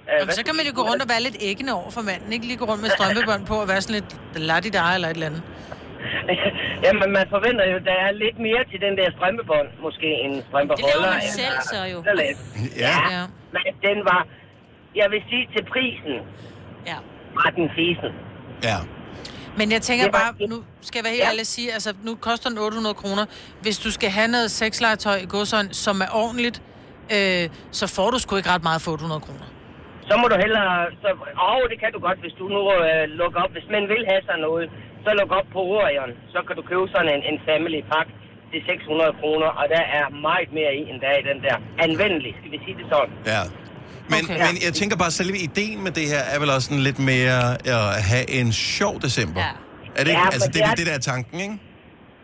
Øh, Jamen, så kan man jo gå rundt og være lidt æggende over for manden. Ikke lige gå rundt med strømpebånd på og være sådan lidt ladidar eller et eller andet. [LAUGHS] Jamen, man forventer jo, der er lidt mere til den der strømpebånd, måske en strømpeholder. Det laver man selv, eller- så jo. Eller, Ja. ja. ja. Men den var, jeg vil sige til prisen, Ja. var den fisen. Ja. Men jeg tænker Det var- bare, nu skal jeg være helt Ja. ærlig og sige, altså nu koster den 800 kroner. Hvis du skal have noget sexlegetøj i godsøjen, som er ordentligt, øh, så får du sgu ikke ret meget for 800 kroner. Så må du hellere, så, åh, det kan du godt, hvis du nu øh, lukker op. Hvis man vil have sådan noget, så luk op på Orion. Så kan du købe sådan en, en family pack til 600 kroner, og der er meget mere i, end der er i den der. Anvendelig, skal vi sige det sådan. Ja. Men, okay. men jeg tænker bare, at selve ideen med det her er vel også sådan lidt mere at have en sjov december. Ja. Er det ikke? Ja, altså, men det det er er- vel det, der er tanken, ikke?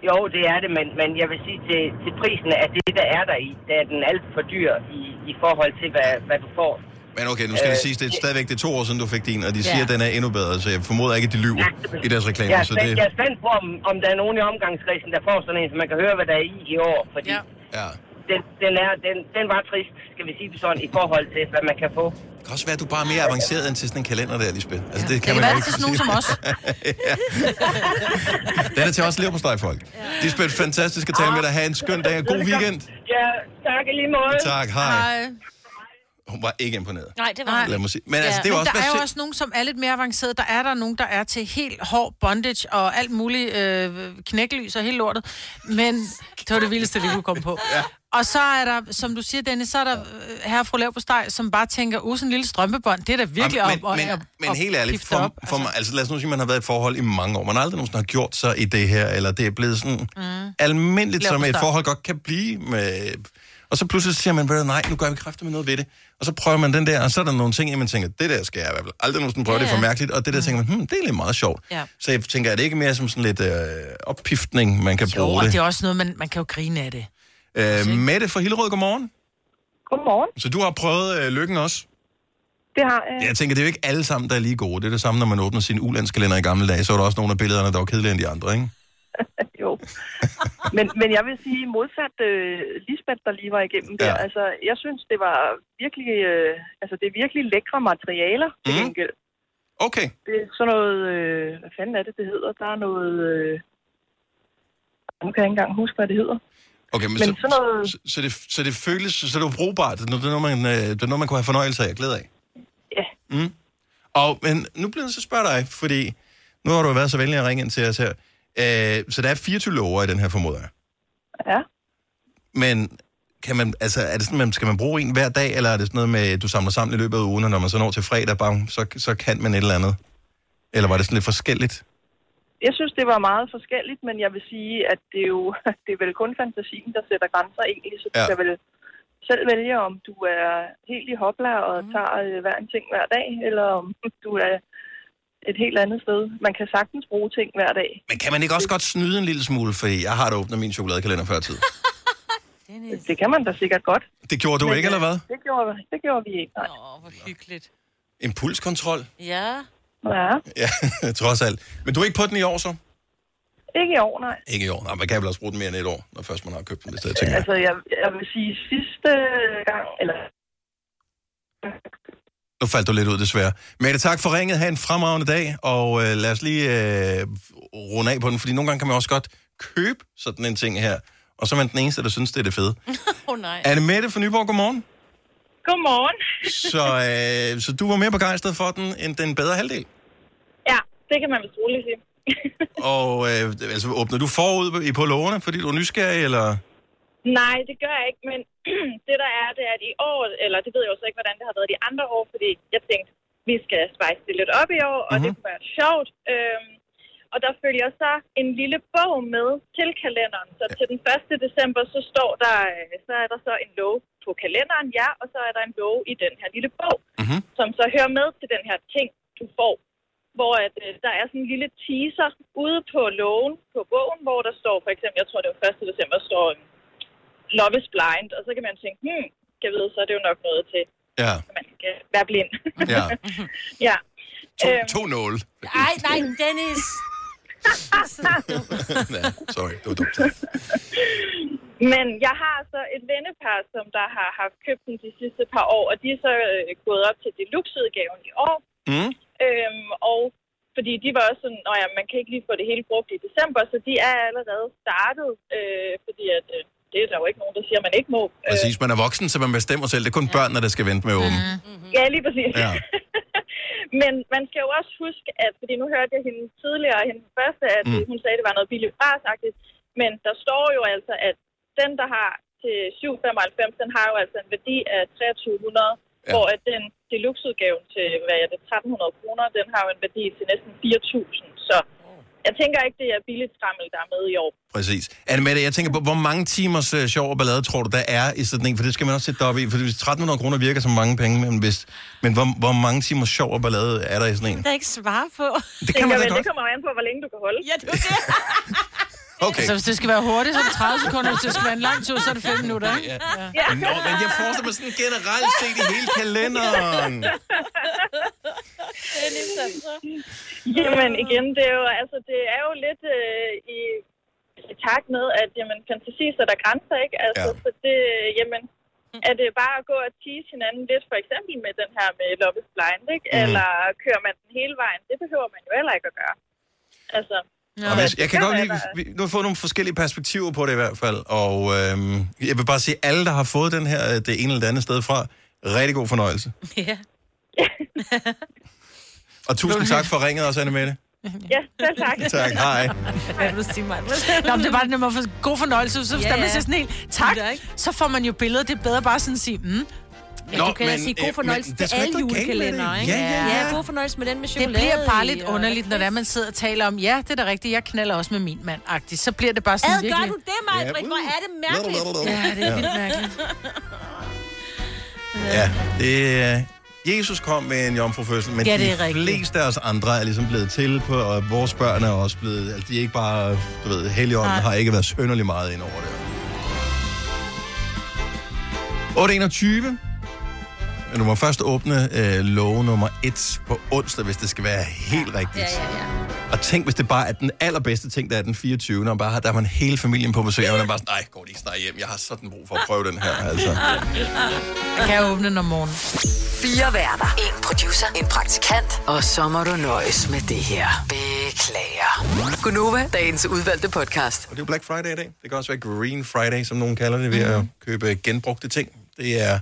Jo, det er det, men, men jeg vil sige til, til prisen af det, der er der i, der er den alt for dyr i, i forhold til, hvad, hvad du får. Men okay, nu skal øh, det Øh, siges, det er det- stadigvæk det er to år siden, du fik din, og de Ja. siger, at den er endnu bedre, så jeg formoder ikke, at de lyver i deres reklamer. jeg, er så spændt, det, jeg er spændt på, om, om der er nogen i omgangskredsen, der får sådan en, så man kan høre, hvad der er i i år. Fordi ja. Ja. Den, den, er, den, den var trist, skal vi sige det sådan, i forhold til, hvad man kan få. det kan også være, at du bare er mere avanceret end til sådan en kalender der, Lisbeth. Altså, det kan kan man være jo ikke til sådan nogen sige. som os. [LAUGHS] Den er til os lever på folk. Ja. Lisbeth, fantastisk at tale med dig. Ha' en skøn dag og god weekend. Ja, tak i lige måde. Tak, hej. Hej. Hun var ikke imponeret. Nej, det var Lad mig sige. Men altså, det er jo Men også der er jo baseret- også nogen, som er lidt mere avancerede. Der er der nogen, der er til helt hård bondage og alt muligt øh, knæklys og helt lortet. Men [LAUGHS] det var det vildeste, vi kunne komme på. Ja. Og så er der, som du siger, Dennis, så er der øh, herre og fru Lav på steg, som bare tænker, uh, sådan en lille strømpebånd, det er da virkelig Jamen, op. og- men, og- men, og men helt ærligt, pifte op. for, for mig, altså lad os nu sige, at man har været i et forhold i mange år. Man har aldrig nogensinde har gjort sig i det her, eller det er blevet sådan mm. almindeligt, Lav som et forstår. forhold godt kan blive. Med, og så pludselig siger man, "Ved du, nej, nu gør vi kræfter med noget ved det. Og så prøver man den der, og så er der nogle ting, i man tænker, det der skal jeg i hvert fald aldrig nogensinde prøve, Ja, ja, det er for ja. mærkeligt. Og det der tænker man, hmm, det er lidt meget sjovt. Mm. Ja. Så jeg tænker, er det ikke mere som sådan lidt øh, oppiftning, man kan Jo, bruge og det? det er også noget, man, man kan jo grine af det. Øh, Mette fra Hillerød, godmorgen. Godmorgen. Så du har prøvet øh, lykken også? Det har jeg. Jeg tænker, det er jo ikke alle sammen, der er lige gode. Det er det samme, når man åbner sin ulandskalender i gamle dage, så var der også nogle af billederne, der var kedeligere end de andre, ikke? men, men jeg vil sige modsat øh, Lisbeth, der lige var igennem der. Ja. Altså, jeg synes, det var virkelig, øh, altså, det er virkelig lækre materialer til Mhm. gengæld. Okay. Det er sådan noget, øh, hvad fanden er det, det hedder? Der er noget, øh, nu kan jeg ikke engang huske, hvad det hedder. Okay, men, Men men så, sådan noget- så, så, det, så det føles, så det er jo brugbart. Det er noget, det er noget, man, øh, det er noget, man kunne have fornøjelse af og glæde af. Ja. Mm. Og, men nu bliver jeg så spørge dig, fordi nu har du jo været så venlig at ringe ind til os her. Øh, så der er 24 lover i den her, formoder jeg. Ja. Men kan man, altså, er det sådan, man, skal man bruge en hver dag, eller er det sådan noget med, du samler sammen i løbet af ugen, og når man så når til fredag, bang, så, så kan man et eller andet? Eller var det sådan lidt forskelligt? Jeg synes, det var meget forskelligt, men jeg vil sige, at det er jo [LAUGHS] det er vel kun fantasien, der sætter grænser egentlig, så du Ja. ja. kan vel selv vælge, om du er helt i hopla og Mm. tager øh, hver en ting hver dag, eller om [LAUGHS] du er et helt andet sted. Man kan sagtens bruge ting hver dag. Men kan man ikke også godt snyde en lille smule, fordi jeg har da åbnet min chokoladekalender før tid? Det kan man da sikkert godt. Det gjorde du Men, ikke, eller hvad? øh, Det gjorde, det gjorde vi ikke, nej. Åh, hvor hyggeligt. Impulskontrol? [LAUGHS] Ja. Ja, Ja, trods alt. Men du er ikke på den i år, så? ikke i år, nej. Ikke i år. Nej, man kan vel også bruge den mere end et år, når først man har købt den, hvis det er tænker. jeg. Altså, jeg, jeg vil sige sidste gang, eller Nu faldt du lidt ud, desværre. Mette, tak for ringet. Ha' en fremragende dag, og øh, lad os lige øh, runde af på den, fordi nogle gange kan man også godt købe sådan en ting her, og så er man den eneste, der synes, det er det fede. [LAUGHS] Åh, oh, nej. [LAUGHS] Anne Mette fra Nyborg, godmorgen. Godmorgen. Så, øh, så du var mere begejstret for den, end den bedre halvdel? [LAUGHS] Ja, det kan man vist roligt sige. Og øh, altså, åbner du forud i- på lågerne, fordi du er nysgerrig, eller? Nej, det gør jeg ikke, men [CLEARS THROAT] det der er, det er, at i år, eller det ved jeg jo så ikke, hvordan det har været de andre år, fordi jeg tænkte, vi skal spejse det lidt op i år, og mm-hmm. det kunne være sjovt. Øhm, og der følger så en lille bog med til kalenderen, så til den 1. december, så står der, øh, så er der så en lov på kalenderen, ja, og så er der en lov i den her lille bog, mm-hmm. som så hører med til den her ting, du får hvor at, øh, der er sådan en lille teaser ude på lågen på bogen, hvor der står for eksempel, jeg tror det var 1. december, står øh, Love is Blind, og så kan man tænke, hmm, kan vide, så er det jo nok noget til, Ja, at man skal være blind. ja. ja. To, to nåle. Nej, nej, Dennis. [LAUGHS] ja, sorry, det var dumt. [LAUGHS] Men jeg har så et vennepar, som der har haft købt den de sidste par år, og de er så øh, gået op til deluxe-udgaven i år. Mm. Øhm, og fordi de var også sådan, at ja, man kan ikke lige få det hele brugt i december, så de er allerede startet, øh, fordi at, øh, det er der jo ikke nogen, der siger, at man ikke må. Præcis, man er voksen, så man bestemmer selv. Det er kun børnene, der skal vente med åben. Ja, lige præcis. Ja. [LAUGHS] Men man skal jo også huske, at fordi nu hørte jeg hende tidligere, hende første, at Mm. mm. hun sagde, at det var noget billigt frasagtigt, men der står jo altså, at den, der har til 795, den har jo altså en værdi af 2300, ja. hvor at den deluxe-udgaven til, hvad er det, 1300 kroner, den har jo en værdi til næsten 4000, så jeg tænker ikke, det er billigt skrammel, der er med i år. Præcis. Annemette, jeg tænker på, hvor mange timers uh, sjov og ballade tror du, der er i sådan en? For det skal man også sætte dig op i. For hvis 1300 kroner virker som mange penge, men, hvis, men hvor, hvor mange timers sjov og ballade er der i sådan en? Der er ikke svar på. Det kan man da godt. Det kommer jo an på, hvor længe du kan holde. Ja, det er det. [LAUGHS] Okay. Altså, hvis det skal være hurtigt, så er det 30 sekunder. Hvis det skal være en lang tur, så er det 5 minutter, ikke? Ja. Nå, men jeg forestiller mig sådan generelt set i hele kalenderen. Jamen igen, det er jo, altså, det er jo lidt øh, i, i takt med, at jamen, fantasi så der grænser, ikke? Altså, ja. så det, jamen, er det bare at gå og tease hinanden lidt, for eksempel med den her med Love is Blind, ikke? Mhm. Mm. Eller kører man den hele vejen? Det behøver man jo heller ikke at gøre. Altså, Ja. Og hvis, jeg kan godt lide, vi, nu har vi fået nogle forskellige perspektiver på det i hvert fald, og øhm, jeg vil bare sige, alle, der har fået den her, øh, det ene eller det andet sted fra, rigtig god fornøjelse. Ja. Og tusind tak for ringet også, Annemette. Ja, selv tak. [LAUGHS] Tak, hej. Hvad vil du sige, mig? Nå, men det var det, man får god fornøjelse, så Ja, yeah. man ja. siger sådan helt, tak, så får man jo billeder. Det er bedre bare sådan at sige, mm. Men du kan da sige øh, god fornøjelse til alle julekalendere, ikke? ja. god fornøjelse med den med Det chokolade bliver bare i, øh, lidt og- underligt, når det er, man sidder og taler om, ja, det er da rigtigt, jeg knaller også med min mand -agtigt. Så bliver det bare sådan Ad, gør virkelig... du det, Maj-Brit? uh. Hvor er det mærkeligt. Ja, det er vildt mærkeligt. Ja, det er... Jesus kom med en jomfrufødsel, men Ja, det de er rigtigt. fleste af os andre er ligesom blevet til på, og vores børn er også blevet... Altså, de er ikke bare... Du ved, Helligånden Nej. har ikke været sønderlig meget ind over det. 8.21. Men du må først åbne øh, lov nummer 1 på onsdag, hvis det skal være helt rigtigt. Ja, ja, ja. Og tænk, hvis det bare er den allerbedste ting, der er den 24. Og bare, har- der har man hele familien på besøg, og man er bare sådan, nej, går det ikke snart hjem? Jeg har sådan brug for at prøve den her, [LAUGHS] altså. Jeg kan åbne den om morgenen. Fire værter. En producer. En praktikant. Og så må du nøjes med det her. Beklager. Gunova, dagens udvalgte podcast. Og det er jo Black Friday i dag. Det kan også være Green Friday, som nogen kalder det, ved at Mhm. købe genbrugte ting. Det er,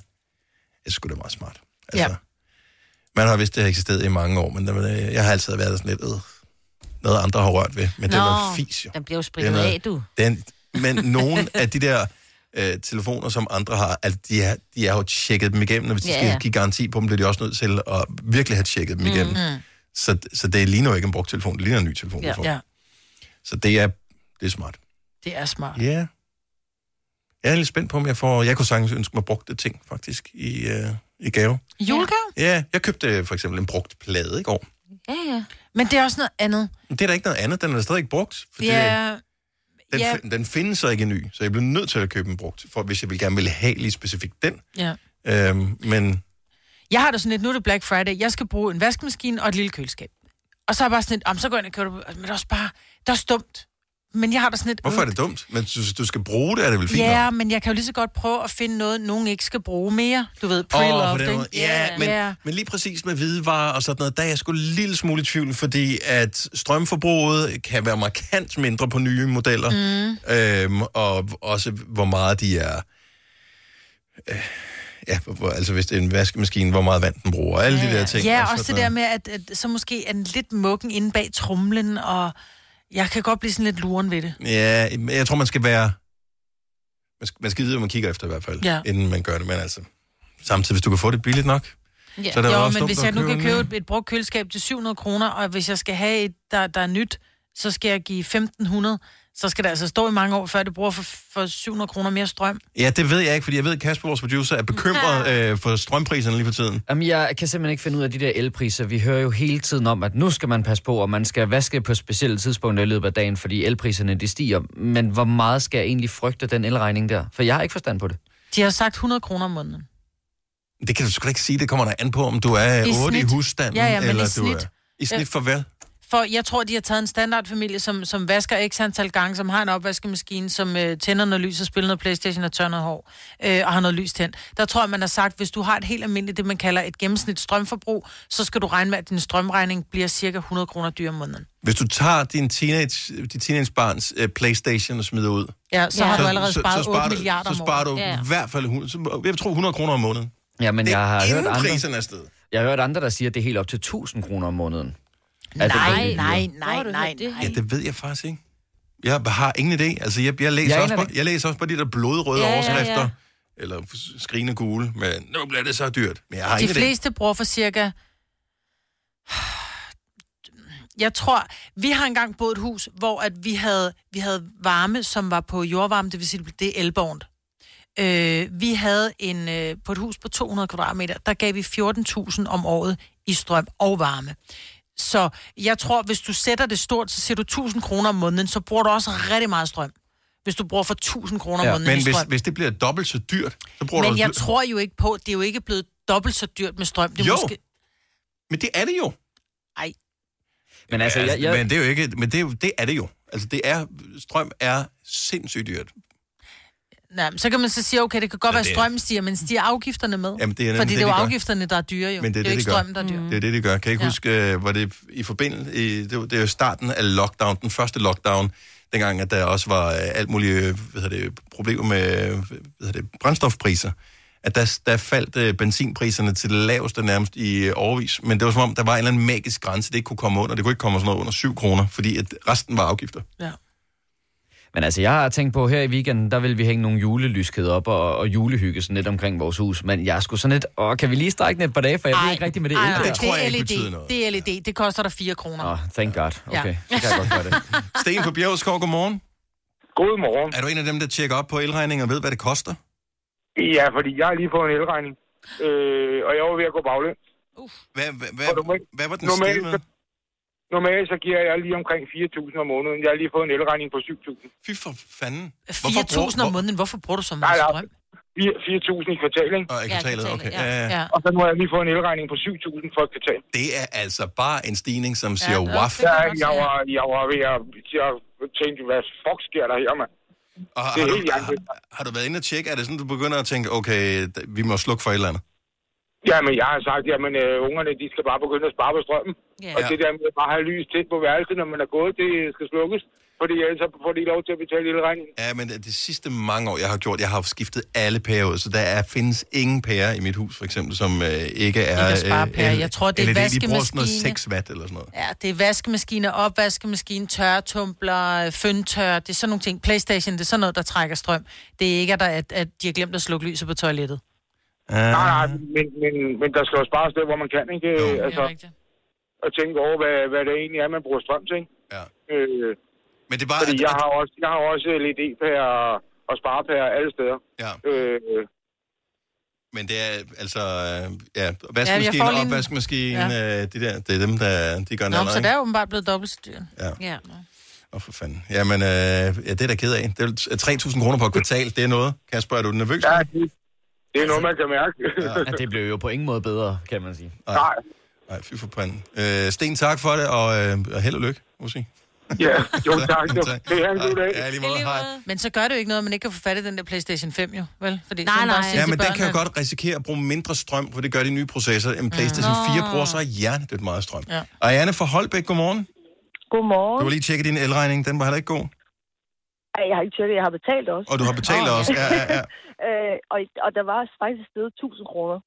jeg sgu da meget smart. Altså, ja. Man har vidst, det har eksisteret i mange år, men det, jeg har altid været sådan lidt, øh, noget andre har rørt ved. Men det var fis, jo. Den bliver jo Det er spritet noget- af, du. Den, men nogle af de der øh, telefoner, som andre har, altså, de, er, de er jo tjekket dem igennem, og hvis de Ja, skal ja. give garanti på dem, bliver de også nødt til at virkelig have tjekket dem igennem. Mhm. Så, så det ligner jo ikke en brugt telefon, det ligner en ny telefon. du Ja. får. Mm. ja, Så det er, det er smart. det er smart. Ja. Yeah. Jeg er lidt spændt på, om jeg får... Jeg kunne sagtens ønske mig brugte ting, faktisk, i, øh, i gave. Julegave? Ja, jeg købte øh, for eksempel en brugt plade i går. Ja, ja. Men det er også noget andet. Men det er da ikke noget andet, den er stadig ikke brugt. Fordi Ja, den, ja. fi- den findes så ikke ny, så jeg blev nødt til at købe en brugt, for hvis jeg ville gerne ville have lige specifikt den. ja. Øhm, men Jeg har da sådan lidt, nu er det Black Friday, jeg skal bruge en vaskemaskine og et lille køleskab. Og så er jeg bare sådan lidt, om så går jeg ind og køber det, men det er også bare, det er også dumt. Men jeg har da sådan lidt... "Øh, hvorfor er det dumt? Men du, du skal bruge det, er det vel fint Ja, nok? men jeg kan jo lige så godt prøve at finde noget, nogen ikke skal bruge mere. Du ved, Åh, på pre-loved, den oh, måde. Ja, men, ja. men lige præcis med hvidevarer og sådan noget, der er jeg sgu en lille smule i tvivl, fordi at strømforbruget kan være markant mindre på nye modeller, mm. øhm, og også hvor meget de er... Øh, ja, hvor- hvor- altså hvis det er en vaskemaskine, hvor meget vand den bruger, og alle de der ting. Ja, og også det sådan der noget. med, at, at så måske er den lidt mukken inde bag trumlen, og jeg kan godt blive sådan lidt luren ved det. Ja, men jeg tror, man skal være... Man skal, man skal vide, hvad man kigger efter i hvert fald, Ja. inden man gør det. Men altså, samtidig, hvis du kan få det billigt nok, Ja. så er det jo, jo også men dumt hvis at jeg nu kan en købe ny. et, et brugt køleskab til 700 kroner, og hvis jeg skal have et, der, der er nyt, så skal jeg give 1500, så skal det altså stå i mange år, før det bruger for, for 700 kroner mere strøm. Ja, det ved jeg ikke, fordi jeg ved, at Kasper, vores producer, er bekymret øh, for strømpriserne lige for tiden. Jamen, jeg kan simpelthen ikke finde ud af de der elpriser. Vi hører jo hele tiden om, at nu skal man passe på, og man skal vaske på specielle tidspunkter i løbet af dagen, fordi elpriserne de stiger. Men hvor meget skal jeg egentlig frygte den elregning der? For jeg har ikke forstand på det. De har sagt 100 kroner om måneden. Det kan du sgu da ikke sige. Det kommer der an på, om du er I 8 i snit. husstanden, Ja, ja, men i eller du er... snit. I snit for hvad? For jeg tror, de har taget en standardfamilie, som, som vasker x antal gange, som har en opvaskemaskine, som øh, tænder noget lys og spiller noget Playstation og tør noget hår, øh, og har noget lys tændt. Der tror jeg, man har sagt, hvis du har et helt almindeligt, det man kalder et gennemsnit strømforbrug, så skal du regne med, at din strømregning bliver cirka 100 kroner dyr om måneden. Hvis du tager din teenage, dit teenagebarns uh, Playstation og smider ud... Ja, så har du allerede sparet 8 milliarder om Så sparer året. du Ja, ja. i hvert fald 100, så- jeg tror 100 kroner om måneden. Ja, men jeg har inden hørt andre... priserne er steget. Jeg har hørt andre, der siger, at det er helt op til 1000 kroner om måneden. Altså, Nej, At den bliver nej, dyrere. nej, nej, nej, Ja, det ved jeg faktisk ikke. Jeg har ingen idé. Altså, jeg, jeg, læser, Jeg også aner på, jeg læser også på de der blodrøde Ja, ja, ja, ja. overskrifter. Ja, ja. Eller skrigende gule. Men nu bliver det så dyrt. Men jeg har De ingen idé. fleste bruger for cirka... Jeg tror, vi har engang boet et hus, hvor at vi, havde, vi havde varme, som var på jordvarme, det vil sige, det er elbånd. Øh, vi havde en, øh, på et hus på 200 kvadratmeter, der gav vi 14.000 om året i strøm og varme. Så jeg tror, hvis du sætter det stort, så ser du 1.000 kroner om måneden, så bruger du også rigtig meget strøm. Hvis du bruger for 1.000 kroner om Ja, måneden i men hvis, strøm. hvis det bliver dobbelt så dyrt, så bruger Men du... jeg tror jo ikke på, det er jo ikke blevet dobbelt så dyrt med strøm. Det er Jo. måske... Men det er det jo. Ej. Men altså, Ja, jeg, jeg, Men det er jo ikke... Men det er, jo- det er det jo. Altså, det er... Strøm er sindssygt dyrt. Nej, men så kan man så sige, okay, det kan godt Ja, være, det er- at strømmen stiger, men stiger afgifterne med? Jamen, det er nemlig Fordi det, det er jo de gør. afgifterne, der er dyre jo. Men det er det, jo ikke de gør. strømmen, der er dyr. Det er det, det gør. Kan jeg ikke ja. huske, øh, var det i forbindelse... I, det, var, det er jo starten af lockdown, den første lockdown, dengang, at der også var øh, alt muligt øh, hvad hedder det, problemer med øh, hvad hedder det, brændstofpriser. At der, der faldt øh, benzinpriserne til det laveste nærmest i øh, overvis. Men det var som om, der var en eller anden magisk grænse, det ikke kunne komme under. Det kunne ikke komme sådan noget under 7 kroner, fordi at resten var afgifter. Men altså, jeg har tænkt på, her i weekenden, der vil vi hænge nogle julelyskæder op og, og julehygge sådan lidt omkring vores hus. Men jeg skulle sådan lidt, åh, kan vi lige strække den et par dage, for jeg ved ikke rigtigt med det. el nej, der." det, E tror jeg LED. ikke betyder noget. Det er LED, det koster dig 4 kroner. Ah. Åh, Ah, thank god. Okay, Ja. ja. så kan jeg godt gøre det. Sten fra Bjergskov, godmorgen. Godmorgen. Er du en af dem, der tjekker op på elregninger og ved, hvad det koster? Ja, fordi jeg har lige fået en elregning, øh, og jeg var ved at gå baglæns. Hvad, hvad, hvad, hvad var den normalt, steget med? så, normalt så giver jeg lige omkring 4.000 om måneden. Jeg har lige fået en elregning på 7.000. Fy for fanden. 4.000 om måneden, hvorfor bruger du så meget strøm? 4.000 i kvartal, ikke? Og i kvartalet, okay. Ja, ja. ja. Og så må jeg lige få en elregning på 7.000 for et kvartal. Det er altså bare en stigning, som Ja, siger det er ja, waf. Ja, jeg var, jeg var ved at, jeg tænkte, hvad fuck sker der her, mand? Og har, Det er har, helt du, jernbedt. har, har du været inde og tjekke? Er det sådan, du begynder at tænke, okay, d- vi må slukke for et eller andet? Ja, men jeg har sagt, at øh, ungerne de skal bare begynde at spare på strømmen. Ja. Og det der med at bare have lys tæt på værelset, når man er gået, det skal slukkes. Fordi ellers så får de lov til at betale hele regningen. Ja, men det de sidste mange år, jeg har gjort, jeg har skiftet alle pærer ud, så der er, findes ingen pærer i mit hus, for eksempel, som øh, ikke er... Ikke er sparepærer. Jeg tror, det er LED. De bruger sådan noget vaskemaskine. 6 watt eller sådan noget. Ja, det er vaskemaskine, opvaskemaskine, tørretumbler, øh, føntørrer, det er sådan nogle ting. Playstation, det er sådan noget, der trækker strøm. Det er ikke, at, der, at, at de har glemt at slukke lyset på toilettet. Nej, nej, men, men, men der skal jo spares der, hvor man kan, ikke? Jo, altså, at tænke over, hvad, hvad det egentlig er, man bruger strøm til, ikke? Ja. Øh, men det er bare... Fordi jeg har også, jeg har også LED-pærer og sparepærer alle steder. Ja. Øh, Men det er altså... øh, Ja, Ja, jeg vaskemaskine, får ja, lige en- opvaskemaskine, ja. øh, de der, det er dem, der de gør Nå, noget. så der er åbenbart blevet dobbelt så dyrt. Ja. ja. Åh, oh, for fanden. Jamen, øh, ja, det er da ked af. Det er jo 3.000 kroner på et kvartal, det er noget. Kasper, er du nervøs? Ja, det, det er noget, man kan mærke. Altså- Ja. At det blev jo på ingen måde bedre, kan man sige. Nej. Nej, fy for panden. Øh, Sten, tak for det, og, øh, og held og lykke, må jeg sige. Ja, [LAUGHS] jo, [LAUGHS] tak. Jo. Det er en god dag. Ja, i lige måde. Hej. Men så gør det jo ikke noget, at man ikke kan få fat i den der Playstation 5, jo, vel? Fordi Nej, så kan man nej. bare sige Ja, til men den kan jo børnene- godt risikere at bruge mindre strøm, for det gør de nye processorer. En PlayStation Nå. 4 bruger så hjernedødt meget strøm. Ja. Og Anne fra Holbæk, godmorgen. Godmorgen. Du har lige tjekket din elregning, den var heller ikke god. Ej, Jeg har ikke tjekket, jeg har betalt også. Og du har betalt også. Ja, ja, ja. [LAUGHS] øh, og, og der var faktisk stedet 1000 kroner.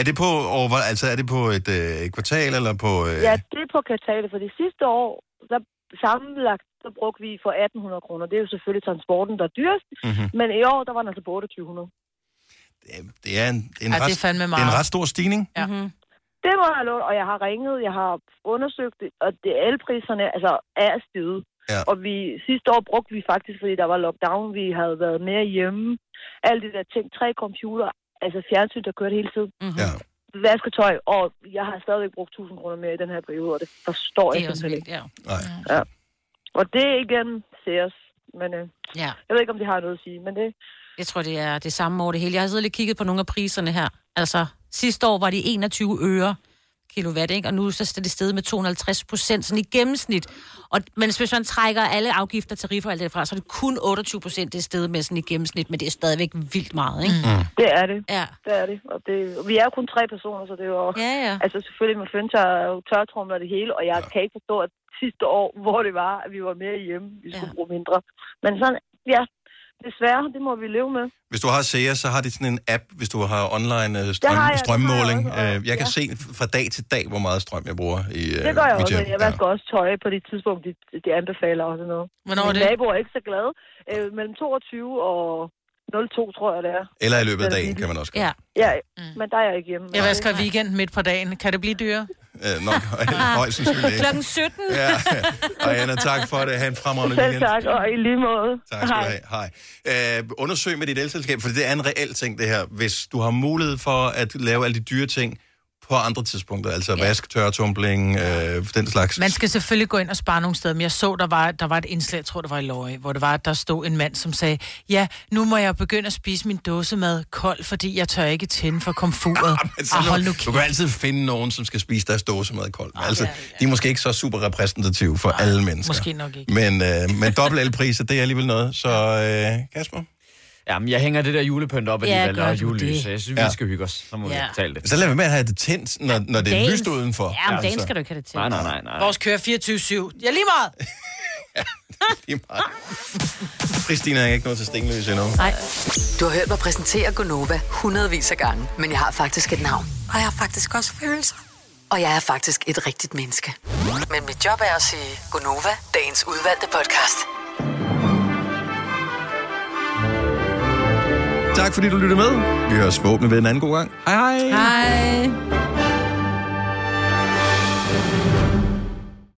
Er det på, over, hvor- altså er det på et øh, kvartal, eller på... Øh, Ja, det er på kvartalet, for det sidste år, der sammenlagt, så brugte vi for 1800 kroner. Det er jo selvfølgelig transporten, der er dyrest, Mhm. mm-hmm. men i år, der var den altså på 2800. Det er en, det er en, Ja, det ret, er fandme det er en meget. ret stor stigning. Ja. Mm-hmm. Det må jeg lov, og jeg har ringet, jeg har undersøgt det, og det, alle priserne altså, er steget. Ja. Og vi, sidste år brugte vi faktisk, fordi der var lockdown, vi havde været mere hjemme. Alle de der ting, tre computer, altså fjernsyn, der kørte hele tiden. Mm-hmm. Ja. Vasketøj, og jeg har stadigvæk brugt 1000 kroner mere i den her periode, og det forstår Det jeg er også simpelthen vildt, ikke. ja. Nej. Ja. Og det er igen Sears, men øh, ja. jeg ved ikke, om det har noget at sige, men det... Jeg tror, det er det samme over det hele. Jeg har siddet og lidt kigget på nogle af priserne her. Altså, sidste år var det 21 øre kilowatt, ikke? og nu så er det steget med 250 procent, sådan i gennemsnit. Og, men hvis man trækker alle afgifter, tariffer og alt det fra, så er det kun 28 procent, det er steget med sådan i gennemsnit, men det er stadigvæk vildt meget, ikke? Mm. Det er det. Ja. Det er det. Og det, og vi er jo kun tre personer, så det er jo... Ja, ja. Altså selvfølgelig med føntager og tørtrumler og det hele, og jeg kan ikke forstå, at sidste år, hvor det var, at vi var mere hjemme, vi skulle ja. bruge mindre. Men sådan, ja, desværre, det må vi leve med. Hvis du har SEA, så har de sådan en app, hvis du har online øh, strøm, Det har jeg, det har jeg strømmåling. også, og- Øh, jeg kan se ja. fra dag til dag, hvor meget strøm jeg bruger i øh, Det gør jeg mit også, hjem. og jeg vasker også tøj på det tidspunkt, de, de anbefaler og sådan noget. Hvornår er Mine det? naboer er ikke så glade. Øh, mellem 22 og 02, tror jeg, det er. Eller i løbet af dagen, kan man også gøre. Ja. Ja, mm. men der er jeg ikke hjemme. Jeg vasker i weekenden midt på dagen. Kan det blive dyrere? Ja. [LAUGHS] Øh, nok højst sandsynligt ikke. Klokken 17. Ja. Og Anna, tak for det. Ha' en fremragende Selv weekend. tak, og i lige måde. Tak skal du have. Hej. Øh, undersøg med dit elselskab, for det er en reel ting, det her. Hvis du har mulighed for at lave alle de dyre ting på andre tidspunkter, altså ja. vask, tørretumbling, øh, den slags. Man skal selvfølgelig gå ind og spare nogle steder, men jeg så, der var, der var et indslag, jeg tror det var i Løje, hvor det var, at der stod en mand, som sagde, ja, nu må jeg begynde at spise min dåsemad kold, fordi jeg tør ikke tænde for komfuret. [LAUGHS] Så Ah, nu, hold nu Ah, du kan altid finde nogen, som skal spise deres dåsemad kold. altså, De er måske ikke så super repræsentative for alle mennesker. Måske nok ikke. Men, øh, men dobbelt elpriser, det er alligevel noget. Så øh, Kasper? Jamen, jeg hænger det der julepynt op Ja, alligevel, gør ja, og du julelys, det? så jeg synes, Ja. vi skal hygge os. Så må Ja. vi betale det. Så lad være med at have det tændt, når, når det er Dagen- lyst udenfor. Ja, om dagen Altså. skal du ikke have det tændt. Nej, nej, nej, nej. Vores kører 24-7. Ja, lige meget. Christina er ikke nået til Stenløs endnu. Nej. Du har hørt mig præsentere Gonova hundredvis af gange, men jeg har faktisk et navn. Og jeg har faktisk også følelser. Og jeg er faktisk et rigtigt menneske. Men mit job er at sige Gonova, dagens udvalgte podcast. Tak fordi du lyttede med. Vi høres forhåbentlig ved en anden god gang. Hej hej. Hej.